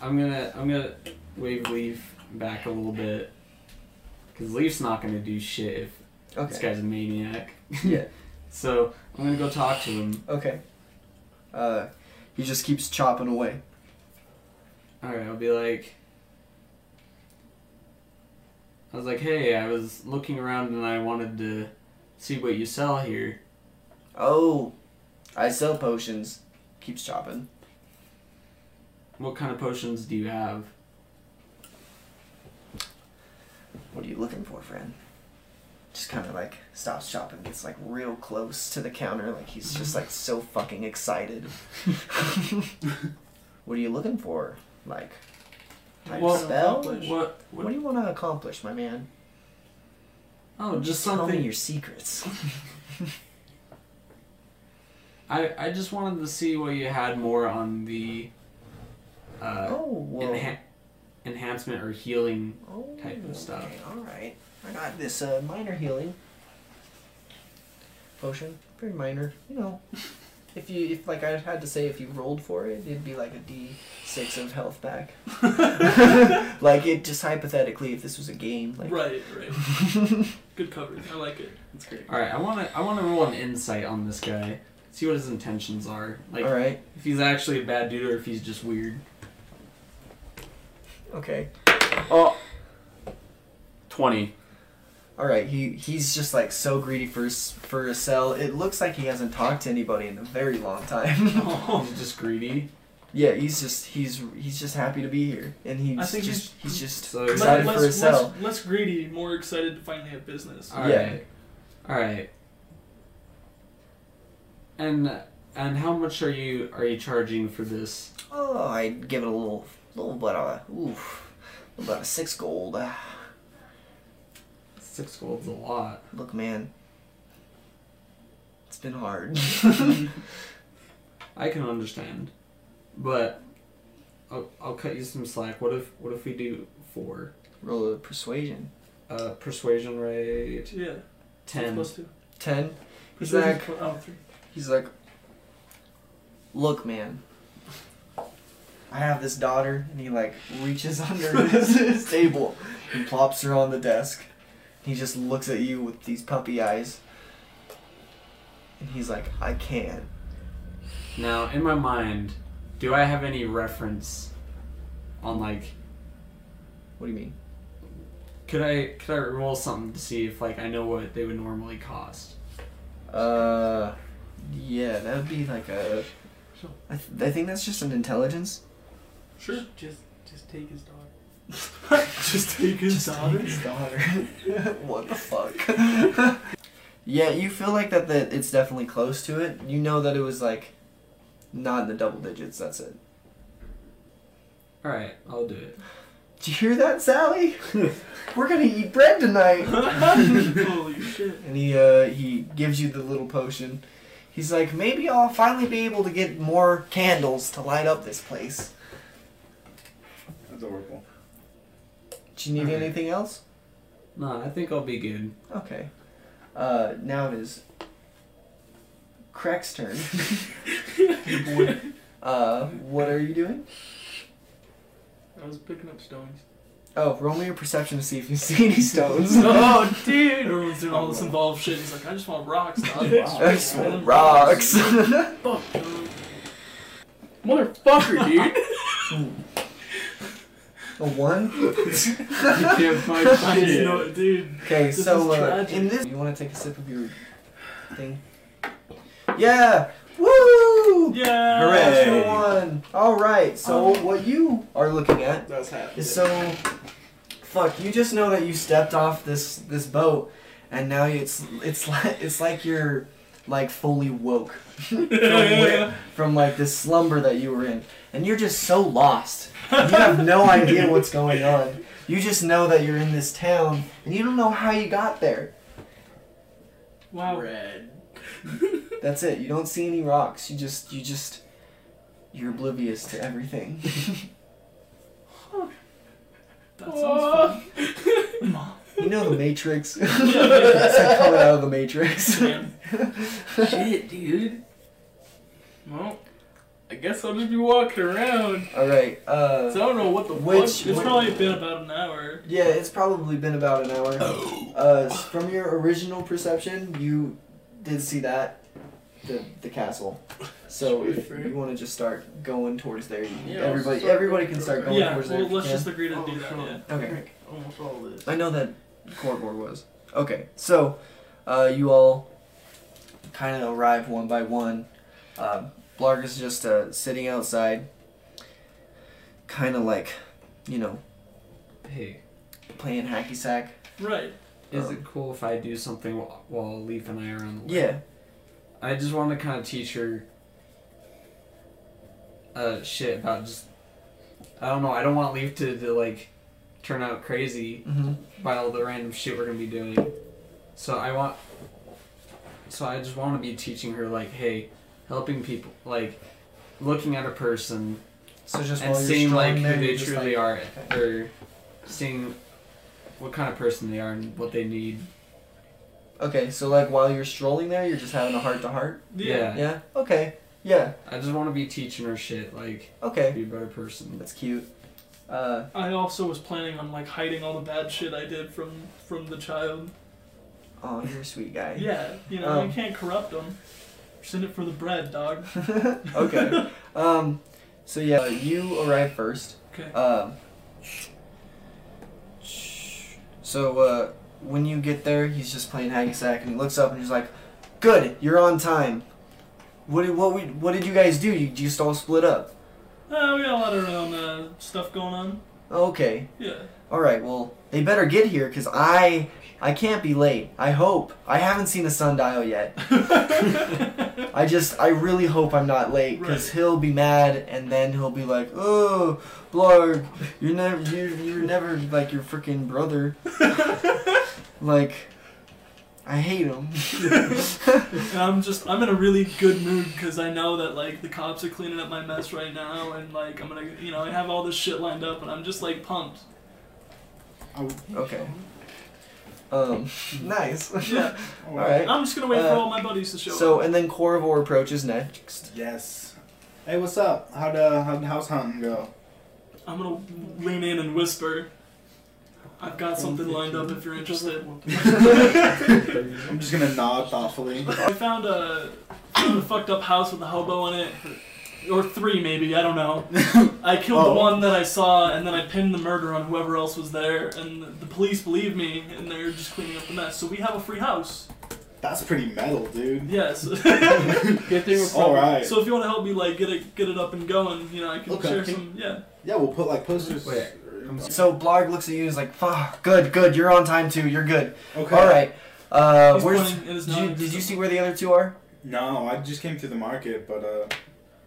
I'm gonna I'm gonna wave Leaf back a little bit, cause Leaf's not gonna do shit if this Okay. guy's a maniac. Yeah. so I'm gonna go talk to him. Okay. Uh, he just keeps chopping away. All right. I'll be like. I was like, hey, I was looking around and I wanted to see what you sell here. Oh, I sell potions. Keeps chopping. What kind of potions do you have? What are you looking for, friend? Just kind of like stops chopping, gets like real close to the counter, like he's just like so fucking excited. what are you looking for? Like, type Well, spell? accomplish. What? What do what you want to accomplish, my man? oh, just Tell me something. your secrets. I I just wanted to see what you had more on the. Uh, oh, well. enha- enhancement or healing. oh, type of stuff. Okay, all right. I got this uh, minor healing potion. Very minor. You know, if you if like I had to say if you rolled for it, it'd be like a D six of health back. like it just hypothetically, if this was a game, like Right, right. Good coverage. I like it. it's great. All right, I want to I want to roll an insight on this guy. see what his intentions are. Like, All right. if he's actually a bad dude or if he's just weird. Okay. Oh. 20. All right. He he's just like so greedy for his, for a cell. It looks like he hasn't talked to anybody in a very long time. Oh, He's just greedy. yeah, he's just he's he's just happy to be here, and he's I think just he's, just So excited less, for his cell. less, less greedy, more excited to finally have business. All right. All right. And and how much are you are you charging for this? Oh, I'd give it a little little bit of a oof, about a six gold. Ah, Six gold's a lot. Look, man. It's been hard. I can understand, but I'll, I'll cut you some slack. What if what if we do four? Roll a persuasion. Uh, persuasion rate Yeah. ten. Plus two. Ten. He's Persuasion like- plus- oh, three. He's like, look, man. I have this daughter, and he like reaches under his, his table and plops her on the desk. He just looks at you with these puppy eyes, and he's like, I can't. Now in my mind, do I have any reference on like What do you mean? could I could I roll something to see if like I know what they would normally cost? Uh, yeah, that would be like a. I, th- I think that's just an intelligence. Sure. Just, just take his dog. Just take his daughter. what the fuck? yeah, you feel like that, that it's definitely close to it. You know that it was like not in the double digits, that's it. All right, I'll do it. Did you hear that, Sally? We're gonna eat bread tonight. Holy shit. And he uh he gives you the little potion. He's like, maybe I'll finally be able to get more candles to light up this place. Adorable. Do you need Okay. anything else? No, I think I'll be good. Okay. Uh, now it is Crack's turn. uh, what are you doing? I was picking up stones. Oh, roll me your perception to see if you see any stones. oh, dude! Everyone's doing all this involved shit. He's like, I just want rocks. dog." I just want rocks. Fuck. dog. Motherfucker, dude. A one. You can't I find just shit. know it, dude. Okay, This so is uh, tragic. in this, you want to take a sip of your thing? Yeah. Woo! Yeah. Hooray. Natural one. All right. So what you are looking at That's happening. is so. Fuck. You just know that you stepped off this this boat, and now it's it's like it's like you're like fully woke from, where- from like this slumber that you were in, and you're just so lost. You have no idea what's going on. You just know that you're in this town, and you don't know how you got there. Wow. Red. That's it. You don't see any rocks. You just you just you're oblivious to everything. That sounds fun. Mom. You know the Matrix. it's like coming out of the Matrix. Man. Shit, dude. Well, I guess I'll just be walking around. All right. Uh, So I don't know what the Which- fuck. It's probably been about an hour. yeah, it's probably been about an hour. Uh, s- from your original perception, you did see that the the castle. So if Sweet. you want to just start going towards there, you- Yeah, everybody start everybody going can start towards going Yeah, towards well, there. let's Yeah? just agree to Oh, do that, sure. yeah. okay. almost all this. I know that Corridor was. Okay, so uh, you all kind of arrive one by one. Uh, Blarg is just uh, sitting outside, kind of like, you know, Hey, playing hacky sack. Right. is Um, it cool if I do something while, while Leaf and I are on the way? Yeah, I just want to kind of teach her uh, shit about just. I don't know. I don't want Leaf to, to like turn out crazy hmm by all the random shit we're gonna be doing. So I want. So I just want to be teaching her like, hey, helping people, like, looking at a person So just and while you're seeing like strolling who there, they you're just truly like- are, or seeing what kind of person they are and what they need. Okay, so like while you're strolling there, you're just having a heart to heart. Yeah. Yeah. Okay. Yeah. I just want to be teaching her shit, like Okay. be a better person. That's cute. Uh, I also was planning on like hiding all the bad shit I did from from the child. oh, you're a sweet guy. Yeah, you know, Um, you can't corrupt them. Just in it for the bread, dog. okay. Um, so yeah, uh, you arrive first. Okay. Um, so uh, when you get there, he's just playing hacky-sack, and he looks up and he's like, "Good, you're on time." What did what we, what did you guys do? You just all split up. Uh, we got a lot of our own uh, stuff going on. Okay. Yeah. All right. Well, they better get here because I I can't be late. I hope. I haven't seen a sundial yet. I just I really hope I'm not late because Right. he'll be mad and then he'll be like, oh, Blarg, you're never you you're never like your freaking brother. like, I hate him. And I'm just I'm in a really good mood because I know that like the cops are cleaning up my mess right now and like I'm gonna you know I have all this shit lined up and I'm just like pumped. Okay. Um, nice. Yeah. All right. I'm just gonna wait Uh, for all my buddies to show So up. and then Corvor approaches next. Yes. Hey, what's up? How'd, uh, how'd house hunting go? I'm gonna lean in and whisper. I've got something lined up if you're interested. I'm just gonna nod thoughtfully. I found a, found a fucked up house with a hobo in it. Or three, maybe, I don't know. I killed Oh. the one that I saw, and then I pinned the murder on whoever else was there, and the police believe me, and they're just cleaning up the mess. So we have a free house. That's pretty metal, dude. Yes. so Good thing we're All probably- right. if you want to help me, like, get it get it up and going, you know, I can Okay. share some. Yeah. Yeah, we'll put like posters. Wait, I'm sorry. So Blarg looks at you and is like, "Fuck, good, good. You're on time too. You're good. Okay. All right. Uh, He's where's pointing at his did you, nose. did you see where the other two are? No, I just came through the market, but uh,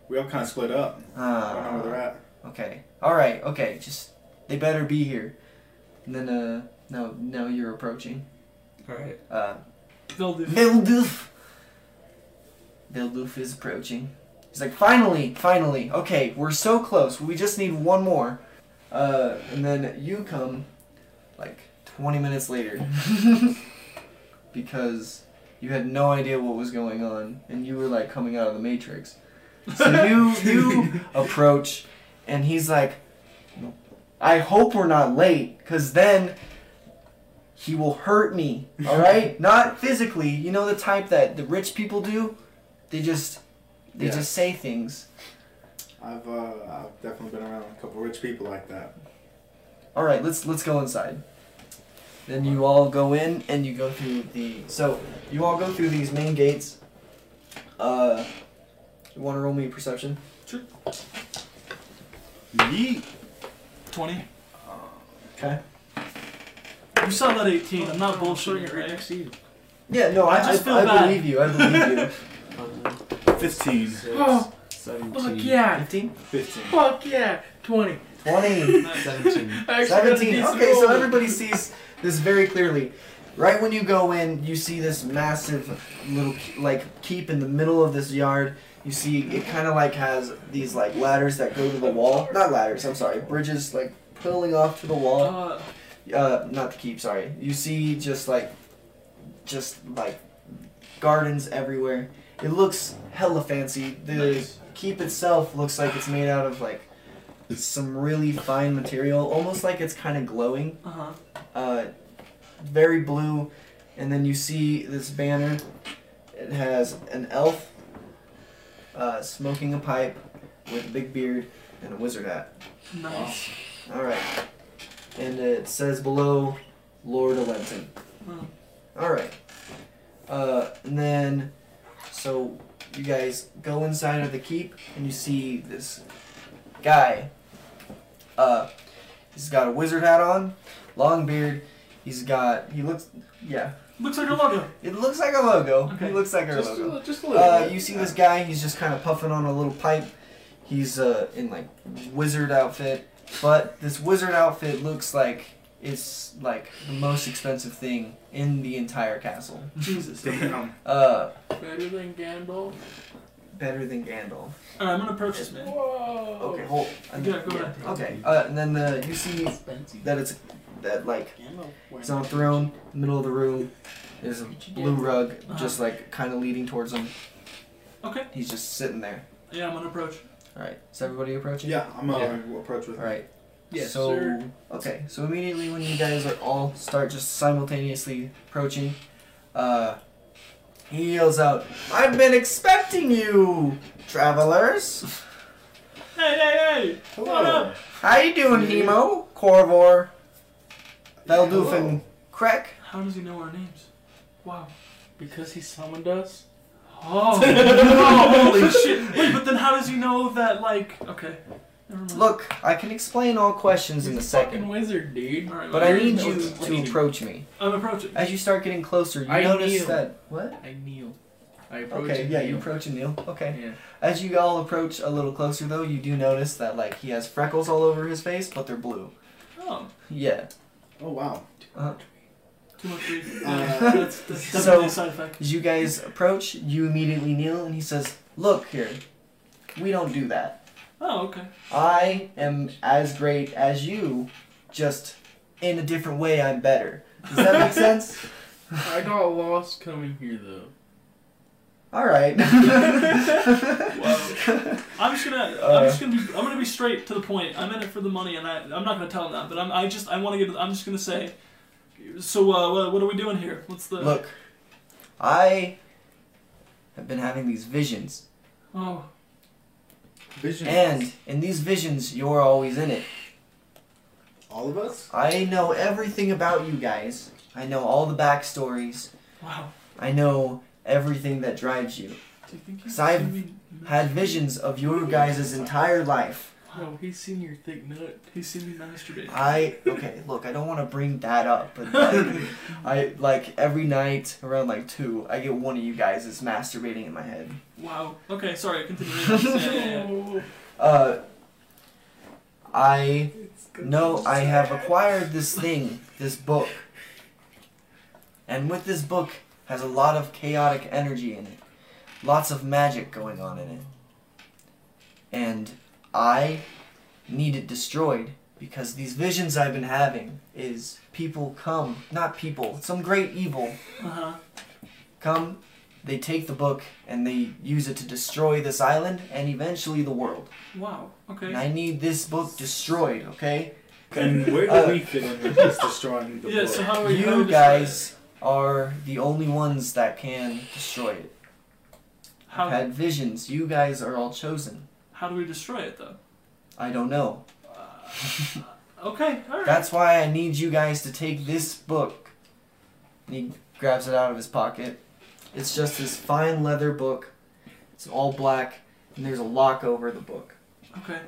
we all kind of split up. I don't know where they're Uh, at. okay. All right. Okay. Just they better be here. And then uh, no, no, you're approaching. Alright. Uh, They'll do. Vildoof. Vildoof is approaching. He's like, finally, finally. Okay, we're so close. We just need one more. Uh, and then you come, like, 20 minutes later. because you had no idea what was going on, and you were, like, coming out of the Matrix. So you, you approach, and he's like, I hope we're not late, because then he will hurt me. All right, not physically. You know the type that the rich people do. They just, they Yeah. just say things. I've uh, I've definitely been around a couple rich people like that. All right, let's let's go inside. Then you all go in and you go through the. So you all go through these main gates. Uh, you want to roll me a perception? Yeet. 20. Okay. You saw that 18. I'm not bullshitting you, Right right? next to you. Yeah, no, I I just just feel I, bad. believe you. I believe you. 15. Six, Oh, Fuck 17, yeah. 15? Fifteen. Fuck yeah. 20. 20. Nice. 17. I actually got a 17. decent Okay, so roll. everybody sees this very clearly. Right when you go in, you see this massive little ke- like keep in the middle of this yard. You see it kind of like has these like ladders that go to the wall. Not ladders, I'm sorry. Bridges like pulling off to the wall. Uh, Uh not the keep, sorry. You see just like just like gardens everywhere. It looks hella fancy. The Nice. keep itself looks like it's made out of like some really fine material, almost like it's kind of glowing uh-huh. uh, very blue, and then you see this banner. It has an elf uh, smoking a pipe with a big beard and a wizard hat. Nice. All right, and it says below Lord Alenton. Wow. All right, uh, and then so you guys go inside of the keep, and you see this guy. Uh, he's got a wizard hat on, long beard. He's got he looks yeah. Looks like a logo. It looks like a logo. Okay. It looks like a Just a, logo. little- just a little. Uh, bit. you see this guy? He's just kind of puffing on a little pipe. He's uh, in like wizard outfit, but this wizard outfit looks like it's like the most expensive thing in the entire castle. Jesus. Damn. Uh, Better than Gandalf. better than Gandalf. Alright, I'm gonna approach this man. Whoa. Okay, hold. Yeah, go ahead. Okay. Uh, and then uh, you see that it's that like Gandalf. He's on a throne, middle of the room. There's a blue rug, just like kind of leading towards him. Okay. He's just sitting there. Yeah, I'm gonna approach. All right. Is everybody approaching? Yeah, I'm gonna Yeah. approach with. All right. Yes, so, sir. Okay. So immediately when you guys are all start just simultaneously approaching, uh, He yells out, I've been expecting you, travelers. Hey, hey, hey! What Hello. up? How you doing, Hemo? Corvor, Veldoofen, Krek? How does he know our names? Wow. Because he summoned us? Oh, no, holy shit. Wait, but then how does he know that, like, okay. Never mind. Look, I can explain all questions in a Fucking second, wizard, dude. All right, but I well, need no you to explaining. approach me. I'm approaching. As you start getting closer, you I notice kneel. that. What? I kneel. I approach Okay, and yeah, kneel. you approach and kneel. Okay. Yeah. As you all approach a little closer, though, you do notice that, like, he has freckles all over his face, but they're blue. Oh, Yeah. Oh wow. Uh, too much grief. Uh, Yeah, that's, that's so- definitely a side effect. As you guys approach, you immediately kneel, and he says, Look here, we don't do that. Oh, okay. I am as great as you, just in a different way, I'm better. Does that make sense? I got lost coming here though. All right. Wow. I'm just gonna, Uh. I'm just gonna be, I'm gonna be straight to the point. I'm in it for the money, and I, I'm not gonna tell him that. But I'm, I just, I want to get. I'm just gonna say. So, uh, what, what are we doing here? What's the? Look, I have been having these visions, Oh, Vision. and in these visions, you're always in it. all of us. I know everything about you guys. I know all the backstories. wow. I know everything that drives you. Do you think Cause I've seen me- Had visions of your guys' entire life. No, he's seen your thick nut. He's seen me masturbate. I okay, look, I don't want to bring that up, but like, I like every night around like two, I get one of you guys is masturbating in my head. Wow. Okay, sorry. Continue. Yeah, yeah, yeah. Uh, I know I have acquired this thing, this book, and with this book has a lot of chaotic energy in it, lots of magic going on in it, and I need it destroyed because these visions I've been having is people come, not people, some great evil Uh-huh. come, they take the book and they use it to destroy this island and eventually the world. Wow. Okay. And I need this book destroyed, okay? And where do Uh, we fit in with this destroying the Yeah. book? So how are how are You we guys are the only ones that can destroy it. destroy- I've How had visions. You guys are all chosen. how do we destroy it though? Uh, I don't know. Okay. All right. That's why I need you guys to take this book. And he grabs it out of his pocket. It's just this fine leather book. It's all black, and there's a lock over the book. Okay.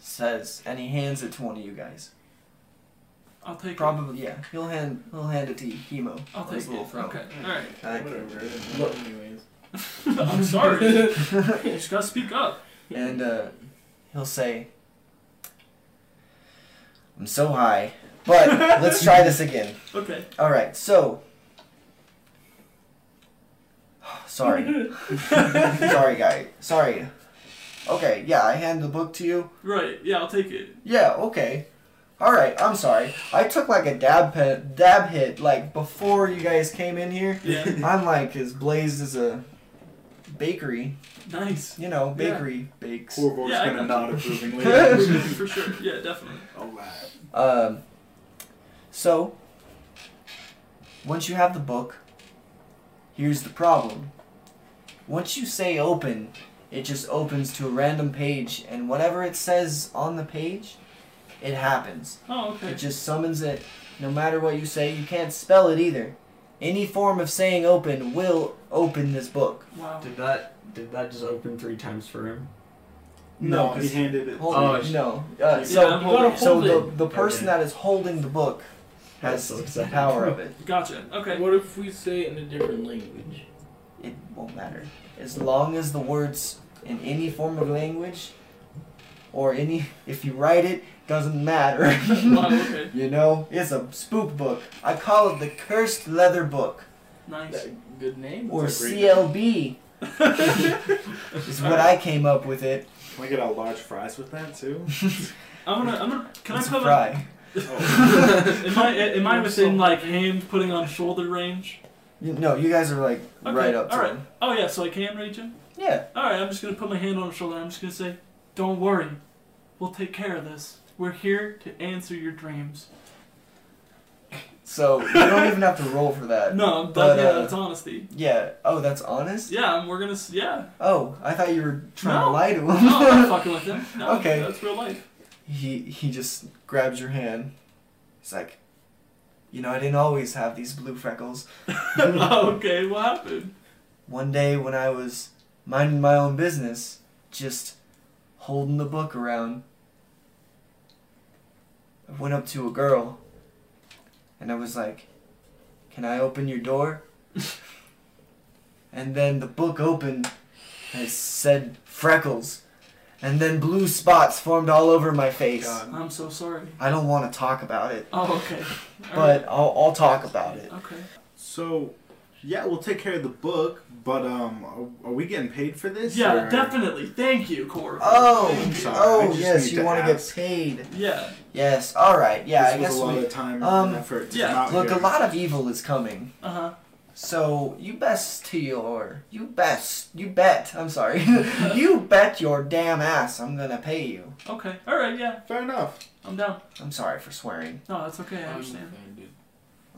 Says, and he hands it to one of you guys. I'll take it. Probably, yeah. He'll hand he'll hand it to Hemo. I'll His take it. little throw. Okay. All right. Like, Whatever. Anyways. I'm sorry. you just gotta speak up. and uh, he'll say, "I'm so high, but let's try this again." Okay. All right, so. Sorry. Sorry, guy. Sorry. Okay, yeah, I hand the book to you. Right. Yeah. I'll take it. Yeah, okay. All right, I'm sorry. I took like a dab pet, dab hit like before you guys came in here. Yeah. I'm like as blazed as a bakery, Nice. you know, Yeah. bakery bakes. Corvor's Yeah, I gonna got nod approvingly. For sure. Yeah. Definitely. Alright. Um, so, once you have the book, here's the problem. Once you say open, it just opens to a random page, and whatever it says on the page, it happens. Oh. Okay. It just summons it. No matter what you say, you can't spell it either. Any form of saying open will open this book. Wow. Did that did that just open three times for him? No, No, he handed it. Hold Oh, it. sh- no. Uh, Yeah, so I'm holding. it. so Hold the, the person Okay. that is holding the book has That's so the exciting. power of it. Gotcha. Okay. What if we say it in a different language? It won't matter. As long as the words in any form of language or any if you write it, doesn't matter. Wow. Okay. you know? It's a spook book. I call it the cursed leather book. Nice. That good name. Or That's a great CLB is what I came up with it. Can I get a large fries with that too? I'm gonna. I'm gonna. Can It's a I cover? fry. Am I? Am I within like hand putting on shoulder range? You- No, you guys are like Okay, right up to alright. him. Oh yeah. So I can reach him. Yeah. All right, I'm just gonna put my hand on her shoulder. I'm just gonna say, "Don't worry, we'll take care of this. We're here to answer your dreams." So you don't even have to roll for that. No, that, But, yeah, uh, that's honesty. Yeah. Oh, that's honest. Yeah, and we're gonna. s- Yeah. Oh, I thought you were trying No. to lie to him. No, I'm not fucking with him. No, Okay. That's real life. he he just grabs your hand. He's like, you know, I didn't always have these blue freckles. okay, what happened? One day when I was minding my own business, just holding the book around, I went up to a girl and I was like, Can I open your door? and then the book opened and it said freckles. And then blue spots formed all over my face. God. I'm so sorry. I don't want to talk about it, Oh, okay. but I'll, I'll talk about it. Alright, okay. So, yeah, we'll take care of the book, but um, are, are we getting paid for this? Yeah, or- definitely. Thank you, Cora. Oh, Thank you. Sorry, I oh just yes, need you to want to get ask. paid. Yeah. Yes. All right. Yeah, this was a I lot guess of time um, and effort. to yeah, come out we. Look, here. a lot of evil is coming, Uh huh. so you best to your you best you bet. I'm sorry. you bet your damn ass I'm gonna pay you. Okay. All right. Yeah, Fair enough. I'm down. I'm sorry for swearing. No, that's okay. Um, I understand.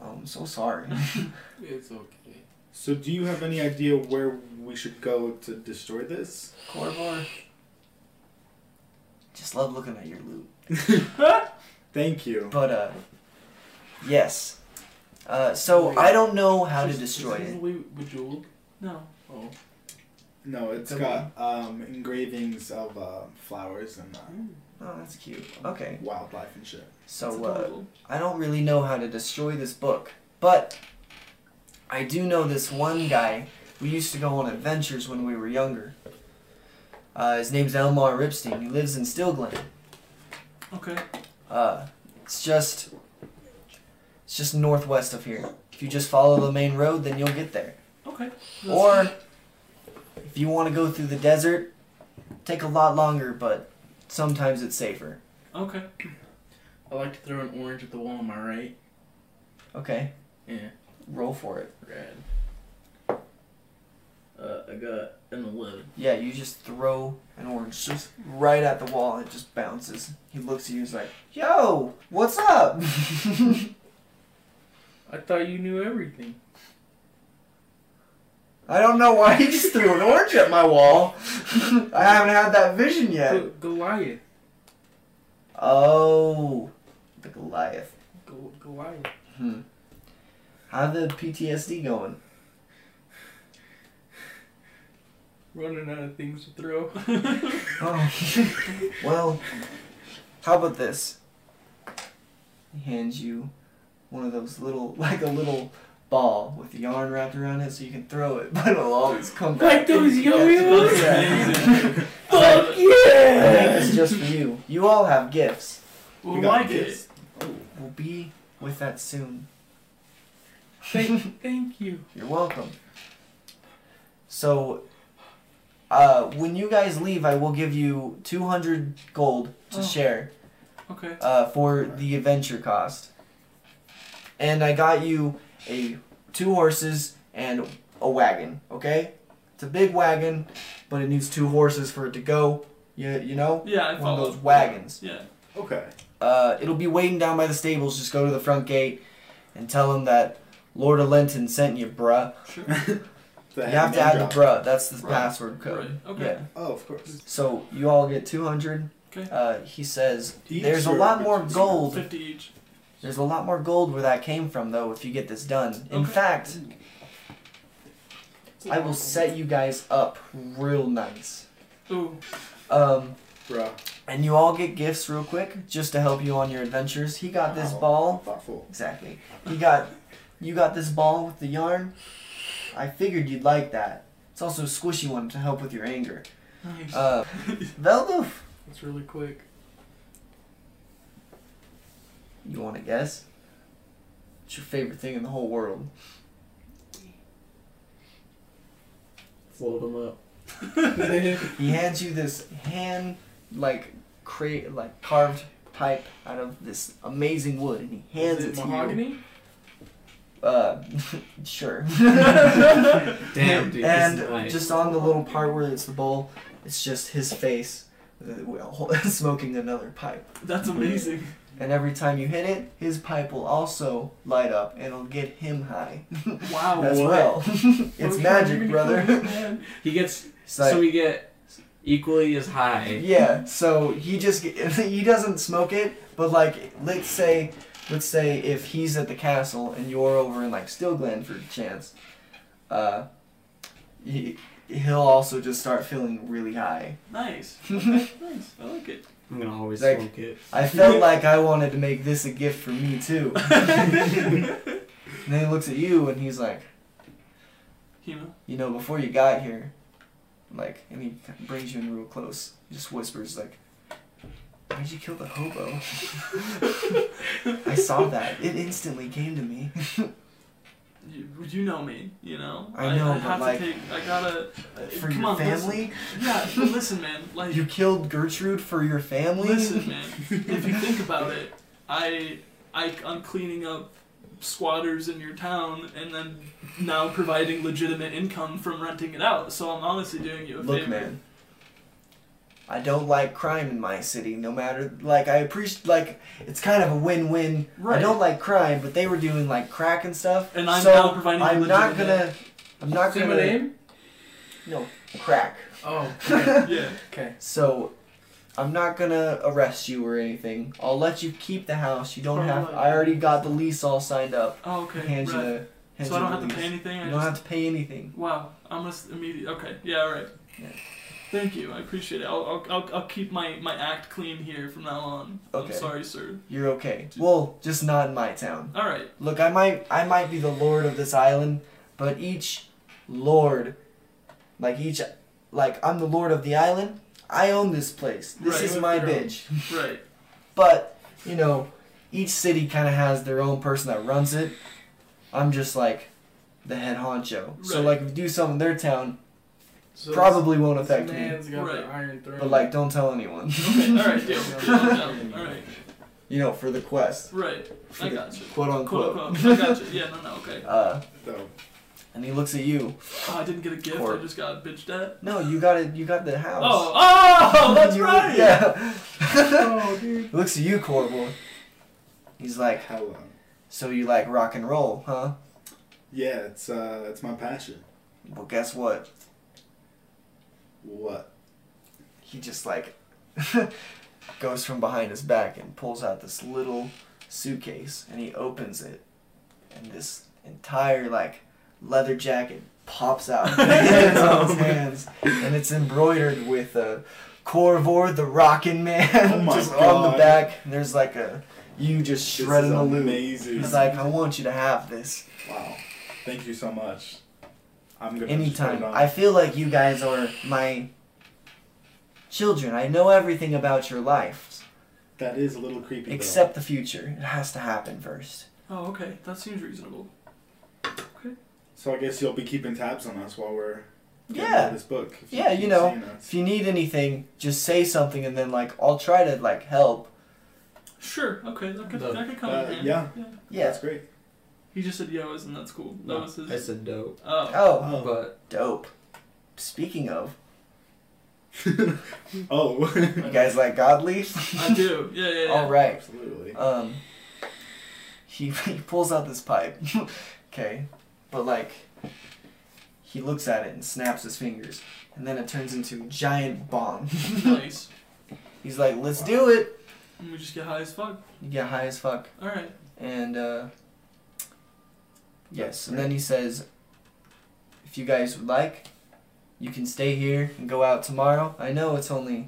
Oh, I'm so sorry. It's okay. So, do you have any idea where we should go to destroy this? Corvor, just love looking at your loot. Thank you. But uh, yes. Uh, so I don't know how to Is- destroy is this it. Lee Bejeweled? No. Oh. No, it's Okay. got um, engravings of uh, flowers and uh, Mm. Oh, that's cute. Okay. wildlife and shit. That's So uh, adorable. I don't really know how to destroy this book, but I do know this one guy. We used to go on adventures when we were younger. Uh, his name's Elmar Ripstein. He lives in Still Glen. Okay. Uh, it's just, it's just northwest of here. If you just follow the main road, then you'll get there. Okay. That's Or if you want to go through the desert, take a lot longer, but sometimes it's safer. okay. I like to throw an orange at the wall. Am I right? Okay, Yeah. roll for it. Rad. Uh, I got an eleven. Yeah, you just throw an orange just right at the wall and it just bounces. He looks at you and he's like, Yo, what's up? I thought you knew everything. I don't know why he just threw an orange at my wall. I haven't had that vision yet. Go- Goliath. Oh, the Goliath. Go- Goliath. Hmm. How the PTSD going? Running out of things to throw. Oh, well, how about this? He hands you one of those little, like a little ball with yarn wrapped around it so you can throw it, but it'll always come back. Like those Yeah, yo-yos? yeah. Fuck I think yeah! it's just for you. You all have gifts. Well, got like this. it. We'll be with that soon. thank, thank you. You're welcome. So, uh, when you guys leave, I will give you 200 gold to Oh. share. Okay. uh, for the adventure cost. And I got you a two horses and a wagon. Okay, it's a big wagon, but it needs two horses for it to go. You you know Yeah, I one of follow. those wagons. Yeah. Okay. Uh, it'll be waiting down by the stables. Just go to the front gate and tell him that Lord Lenton sent you, bruh. Sure. The you have to add the bruh. That's the Right. password code. Right, okay. Yeah. Oh, of course. So you all get two hundred. Okay. Uh, he says Each there's a or- lot more gold Fifty each. There's a lot more gold where that came from, though, if you get this done. In Okay. fact, I will set you guys up real nice. Ooh. Um, Bruh. and you all get gifts real quick just to help you on your adventures. He got this Wow. ball. Thoughtful. Exactly. He got you got this ball with the yarn. I figured you'd like that. It's also a squishy one to help with your anger. Nice. Uh, Veldoof, It's really quick. you want to guess? It's your favorite thing in the whole world. Float them up. He hands you this hand like create like carved pipe out of this amazing wood and he hands Is it, it to mahogany? you. Uh sure. Damn, dude. this and is nice. just on the little part where it's the bowl, it's just his face uh, while smoking another pipe. That's amazing. And every time you hit it, his pipe will also light up and it'll get him high Wow. as what? well. it's magic, brother. He gets It's like- so we get equally as high. Yeah, so he just get- he doesn't smoke it, but like let's say let's say if he's at the castle and you're over in like Still Glen for chance, uh, he he'll also just start feeling really high. Nice. Okay, nice. I like it. I'm gonna always Like- smoke it. I felt like I wanted to make this a gift for me too. and then he looks at you and he's like, Hema. you know, before you got here, like, and he brings you in real close. He just whispers like, "Why'd you kill the hobo?" I saw that. It instantly came to me. You, you know me, you know. I know, I, I but have like- to take. I gotta. uh, For Come your on, listen. family, Yeah, but listen, man. Like, you killed Gertrude for your family. listen, man. If you think about it, I, I, I'm cleaning up squatters in your town, and then now providing legitimate income from renting it out. So I'm honestly doing you a Look, favor. man. I don't like crime in my city. No matter, like, I appreciate, like, it's kind of a win-win. Right. I don't like crime, but they were doing like crack and stuff. And I'm so now providing I'm not legitimate- gonna. I'm not Say gonna. my name? No, crack. Oh, okay. Yeah. okay. So, I'm not gonna arrest you or anything. I'll let you keep the house. You don't Oh, have. right. I already got the lease all signed up. Oh, okay. Hand you right. the. Hand So I you don't the have to lease. pay anything. I You just don't have to pay anything. Wow, I must immediately. Okay, yeah, all right. Yeah. Thank you, I appreciate it. I'll, I'll, I'll, I'll keep my, my act clean here from now on. Okay. I'm sorry, sir. You're okay. Well, just not in my town. All right. Look, I might I might be the lord of this island, but each lord, like each, like I'm the lord of the island. I own this place. This Right. is my bitch. Right. But you know, each city kind of has their own person that runs it. I'm just like the head honcho. So Right. like, if you do something in their town, So probably won't this affect me. man's got the Right. iron throne. But like, don't tell anyone. Okay. All right. Deal. deal, deal. All right. You know, for the quest, Right. for I the got you. quote Quote unquote. unquote. I got you. Yeah. No. No. Okay. Uh, So, and he looks at you. Oh, I didn't get a gift. Court. I just got bitched at. No, you got it. You got the house. Oh. Oh, that's You- right. Yeah. oh, dude. Looks at you, Corvo. He's like, how long? so you like rock and roll, huh? Yeah, it's uh, it's my passion. Well, guess what? What? He just like goes from behind his back and pulls out this little suitcase and he opens it, and this entire like leather jacket pops out. it's on Oh his hands, and it's embroidered with uh, Corvor the Rockin' Man Oh my just on the God. back. And there's like a you just This shredding is the loot. amazing. He's like, I want you to have this Wow. Thank you so much. I'm gonna just put anytime. it on. I feel like you guys are my children. I know everything about your lives That is a little creepy. though. except the future. It has to happen first. Oh. Okay. That seems reasonable. So I guess you'll be keeping tabs on us while we're getting Yeah. rid of this book. if Yeah, keep you know, seeing us. If you need anything, just say something, and then like I'll try to like help. Sure. Okay. That could, The- that could come uh, in handy. yeah. Yeah. That's great. He just said yeah, and that's cool. That was I his. said dope. Oh. Oh, Oh. But dope. Speaking of, oh. you guys like godly? I do. Yeah. Yeah. yeah. All right. Absolutely. Um, he, he pulls out this pipe. okay. But, like, he looks at it and snaps his fingers. And then it turns into a giant bomb. Nice. He's like, let's do it. And we just get high as fuck. You get high as fuck. All right. And, uh, yes. And then he says, if you guys would like, you can stay here and go out tomorrow. I know it's only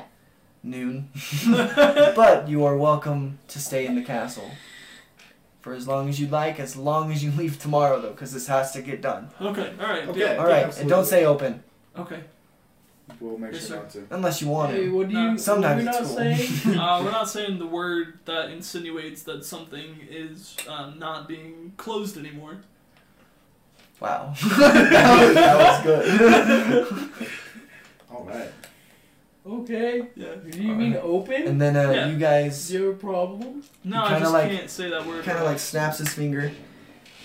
noon, but you are welcome to stay in the castle for as long as you like, as long as you leave tomorrow, though, because this has to get done. Okay. All right. Okay. Deal. All right, and don't absolutely. say open Okay. We'll make Yes, sure sir. not to. unless you want Hey, to. what do you? Sometimes what it's cool. are we not saying? Uh, we're not saying the word that insinuates that something is uh, not being closed anymore. Wow, that, was, that was good. All right. okay. Yeah. Do you mean open? And then uh, Yeah. you guys Zero problem. No, You I kinda just like- can't say that word. kind of like snaps his finger,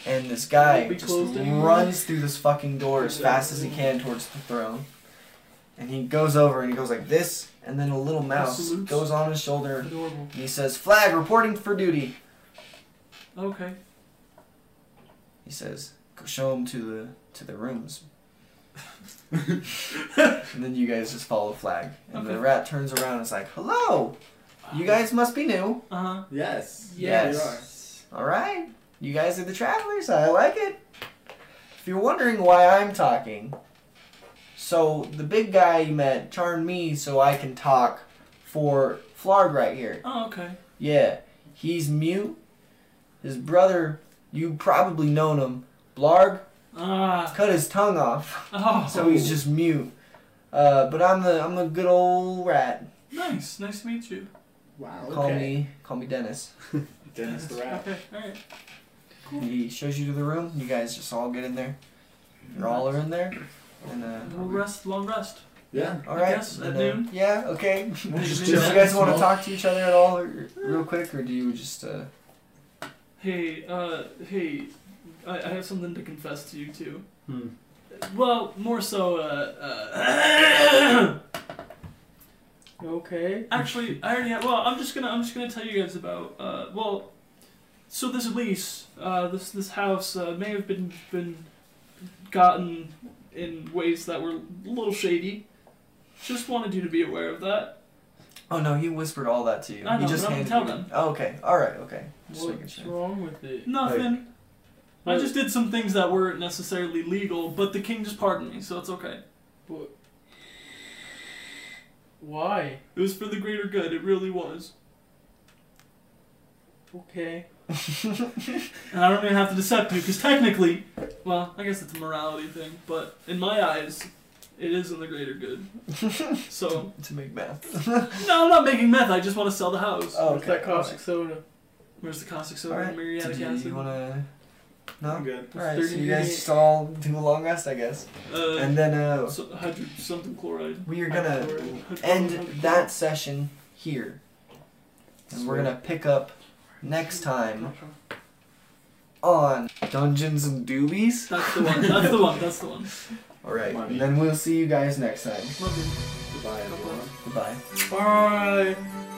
and this guy Won't be just closed anymore. runs through this fucking door as fast as he can towards the throne. And he goes over and he goes like this, and then a little mouse Salutes. goes on his shoulder. Adorable. He says, "Flag reporting for duty." Okay. He says, "Go show him to the to the rooms." and then you guys just follow Flag, and the Okay. rat turns around and is like, "Hello, Uh-huh. you guys must be new. Uh huh. Yes. Yes. All right, you guys are the travelers. I like it." If you're wondering why I'm talking, so the big guy you met charmed me so I can talk for Flarg right here. Oh, okay. Yeah, he's mute. His brother, you probably known him, Blarg, Ah. cut his tongue off, Oh. so he's just mute. Uh, but I'm the I'm the good old rat. nice. Nice to meet you. Wow. Call me call me Dennis. Dennis the Rat. Okay. All right. He shows you to the room. You guys just all get in there. You're all are in there. And uh, We'll rest. Long rest. Yeah. all right. guess at and, uh, noon. yeah. Okay. We'll just Do you chill. guys want to Smoke. talk to each other at all, or, real quick, or do you just? Uh, Hey. Uh. Hey. I, I have something to confess to you too. Hmm. Well, more so. Uh. uh Okay. Actually, I already have. Well, I'm just gonna I'm just gonna tell you guys about. Uh, well, so this lease, uh, this this house uh, may have been been gotten in ways that were a little shady. Just wanted you to be aware of that. oh no, he whispered all that to you. I he know, just but I'm handed gonna you- tell them. Oh, okay. All right. Okay. Just making What's sure. wrong with it? Nothing. I Like- just did some things that weren't necessarily legal, but the king just pardoned me, so it's okay. But why? It was for the greater good. It really was. Okay. And I don't even have to decept you, because technically, well, I guess it's a morality thing, but in my eyes, it is in the greater good. So. to make math. No, I'm not making meth. I just want to sell the house. Oh, What's that all right. caustic soda? Where's the caustic soda Alright, and muriatic did you, acid? you wanna? No. I'm good. Alright, so 30 you guys minute- just all do a long rest, I guess. Uh, And then uh, so, hydro something chloride. we are gonna Hydrochloride- hydrochloride- end hydrochloride. that session here, and we're gonna pick up next time on Dungeons and Doobies. That's the one. That's the one. That's the one. All right, Money. and then we'll see you guys next time. Love you. Goodbye, everyone. Goodbye. Bye.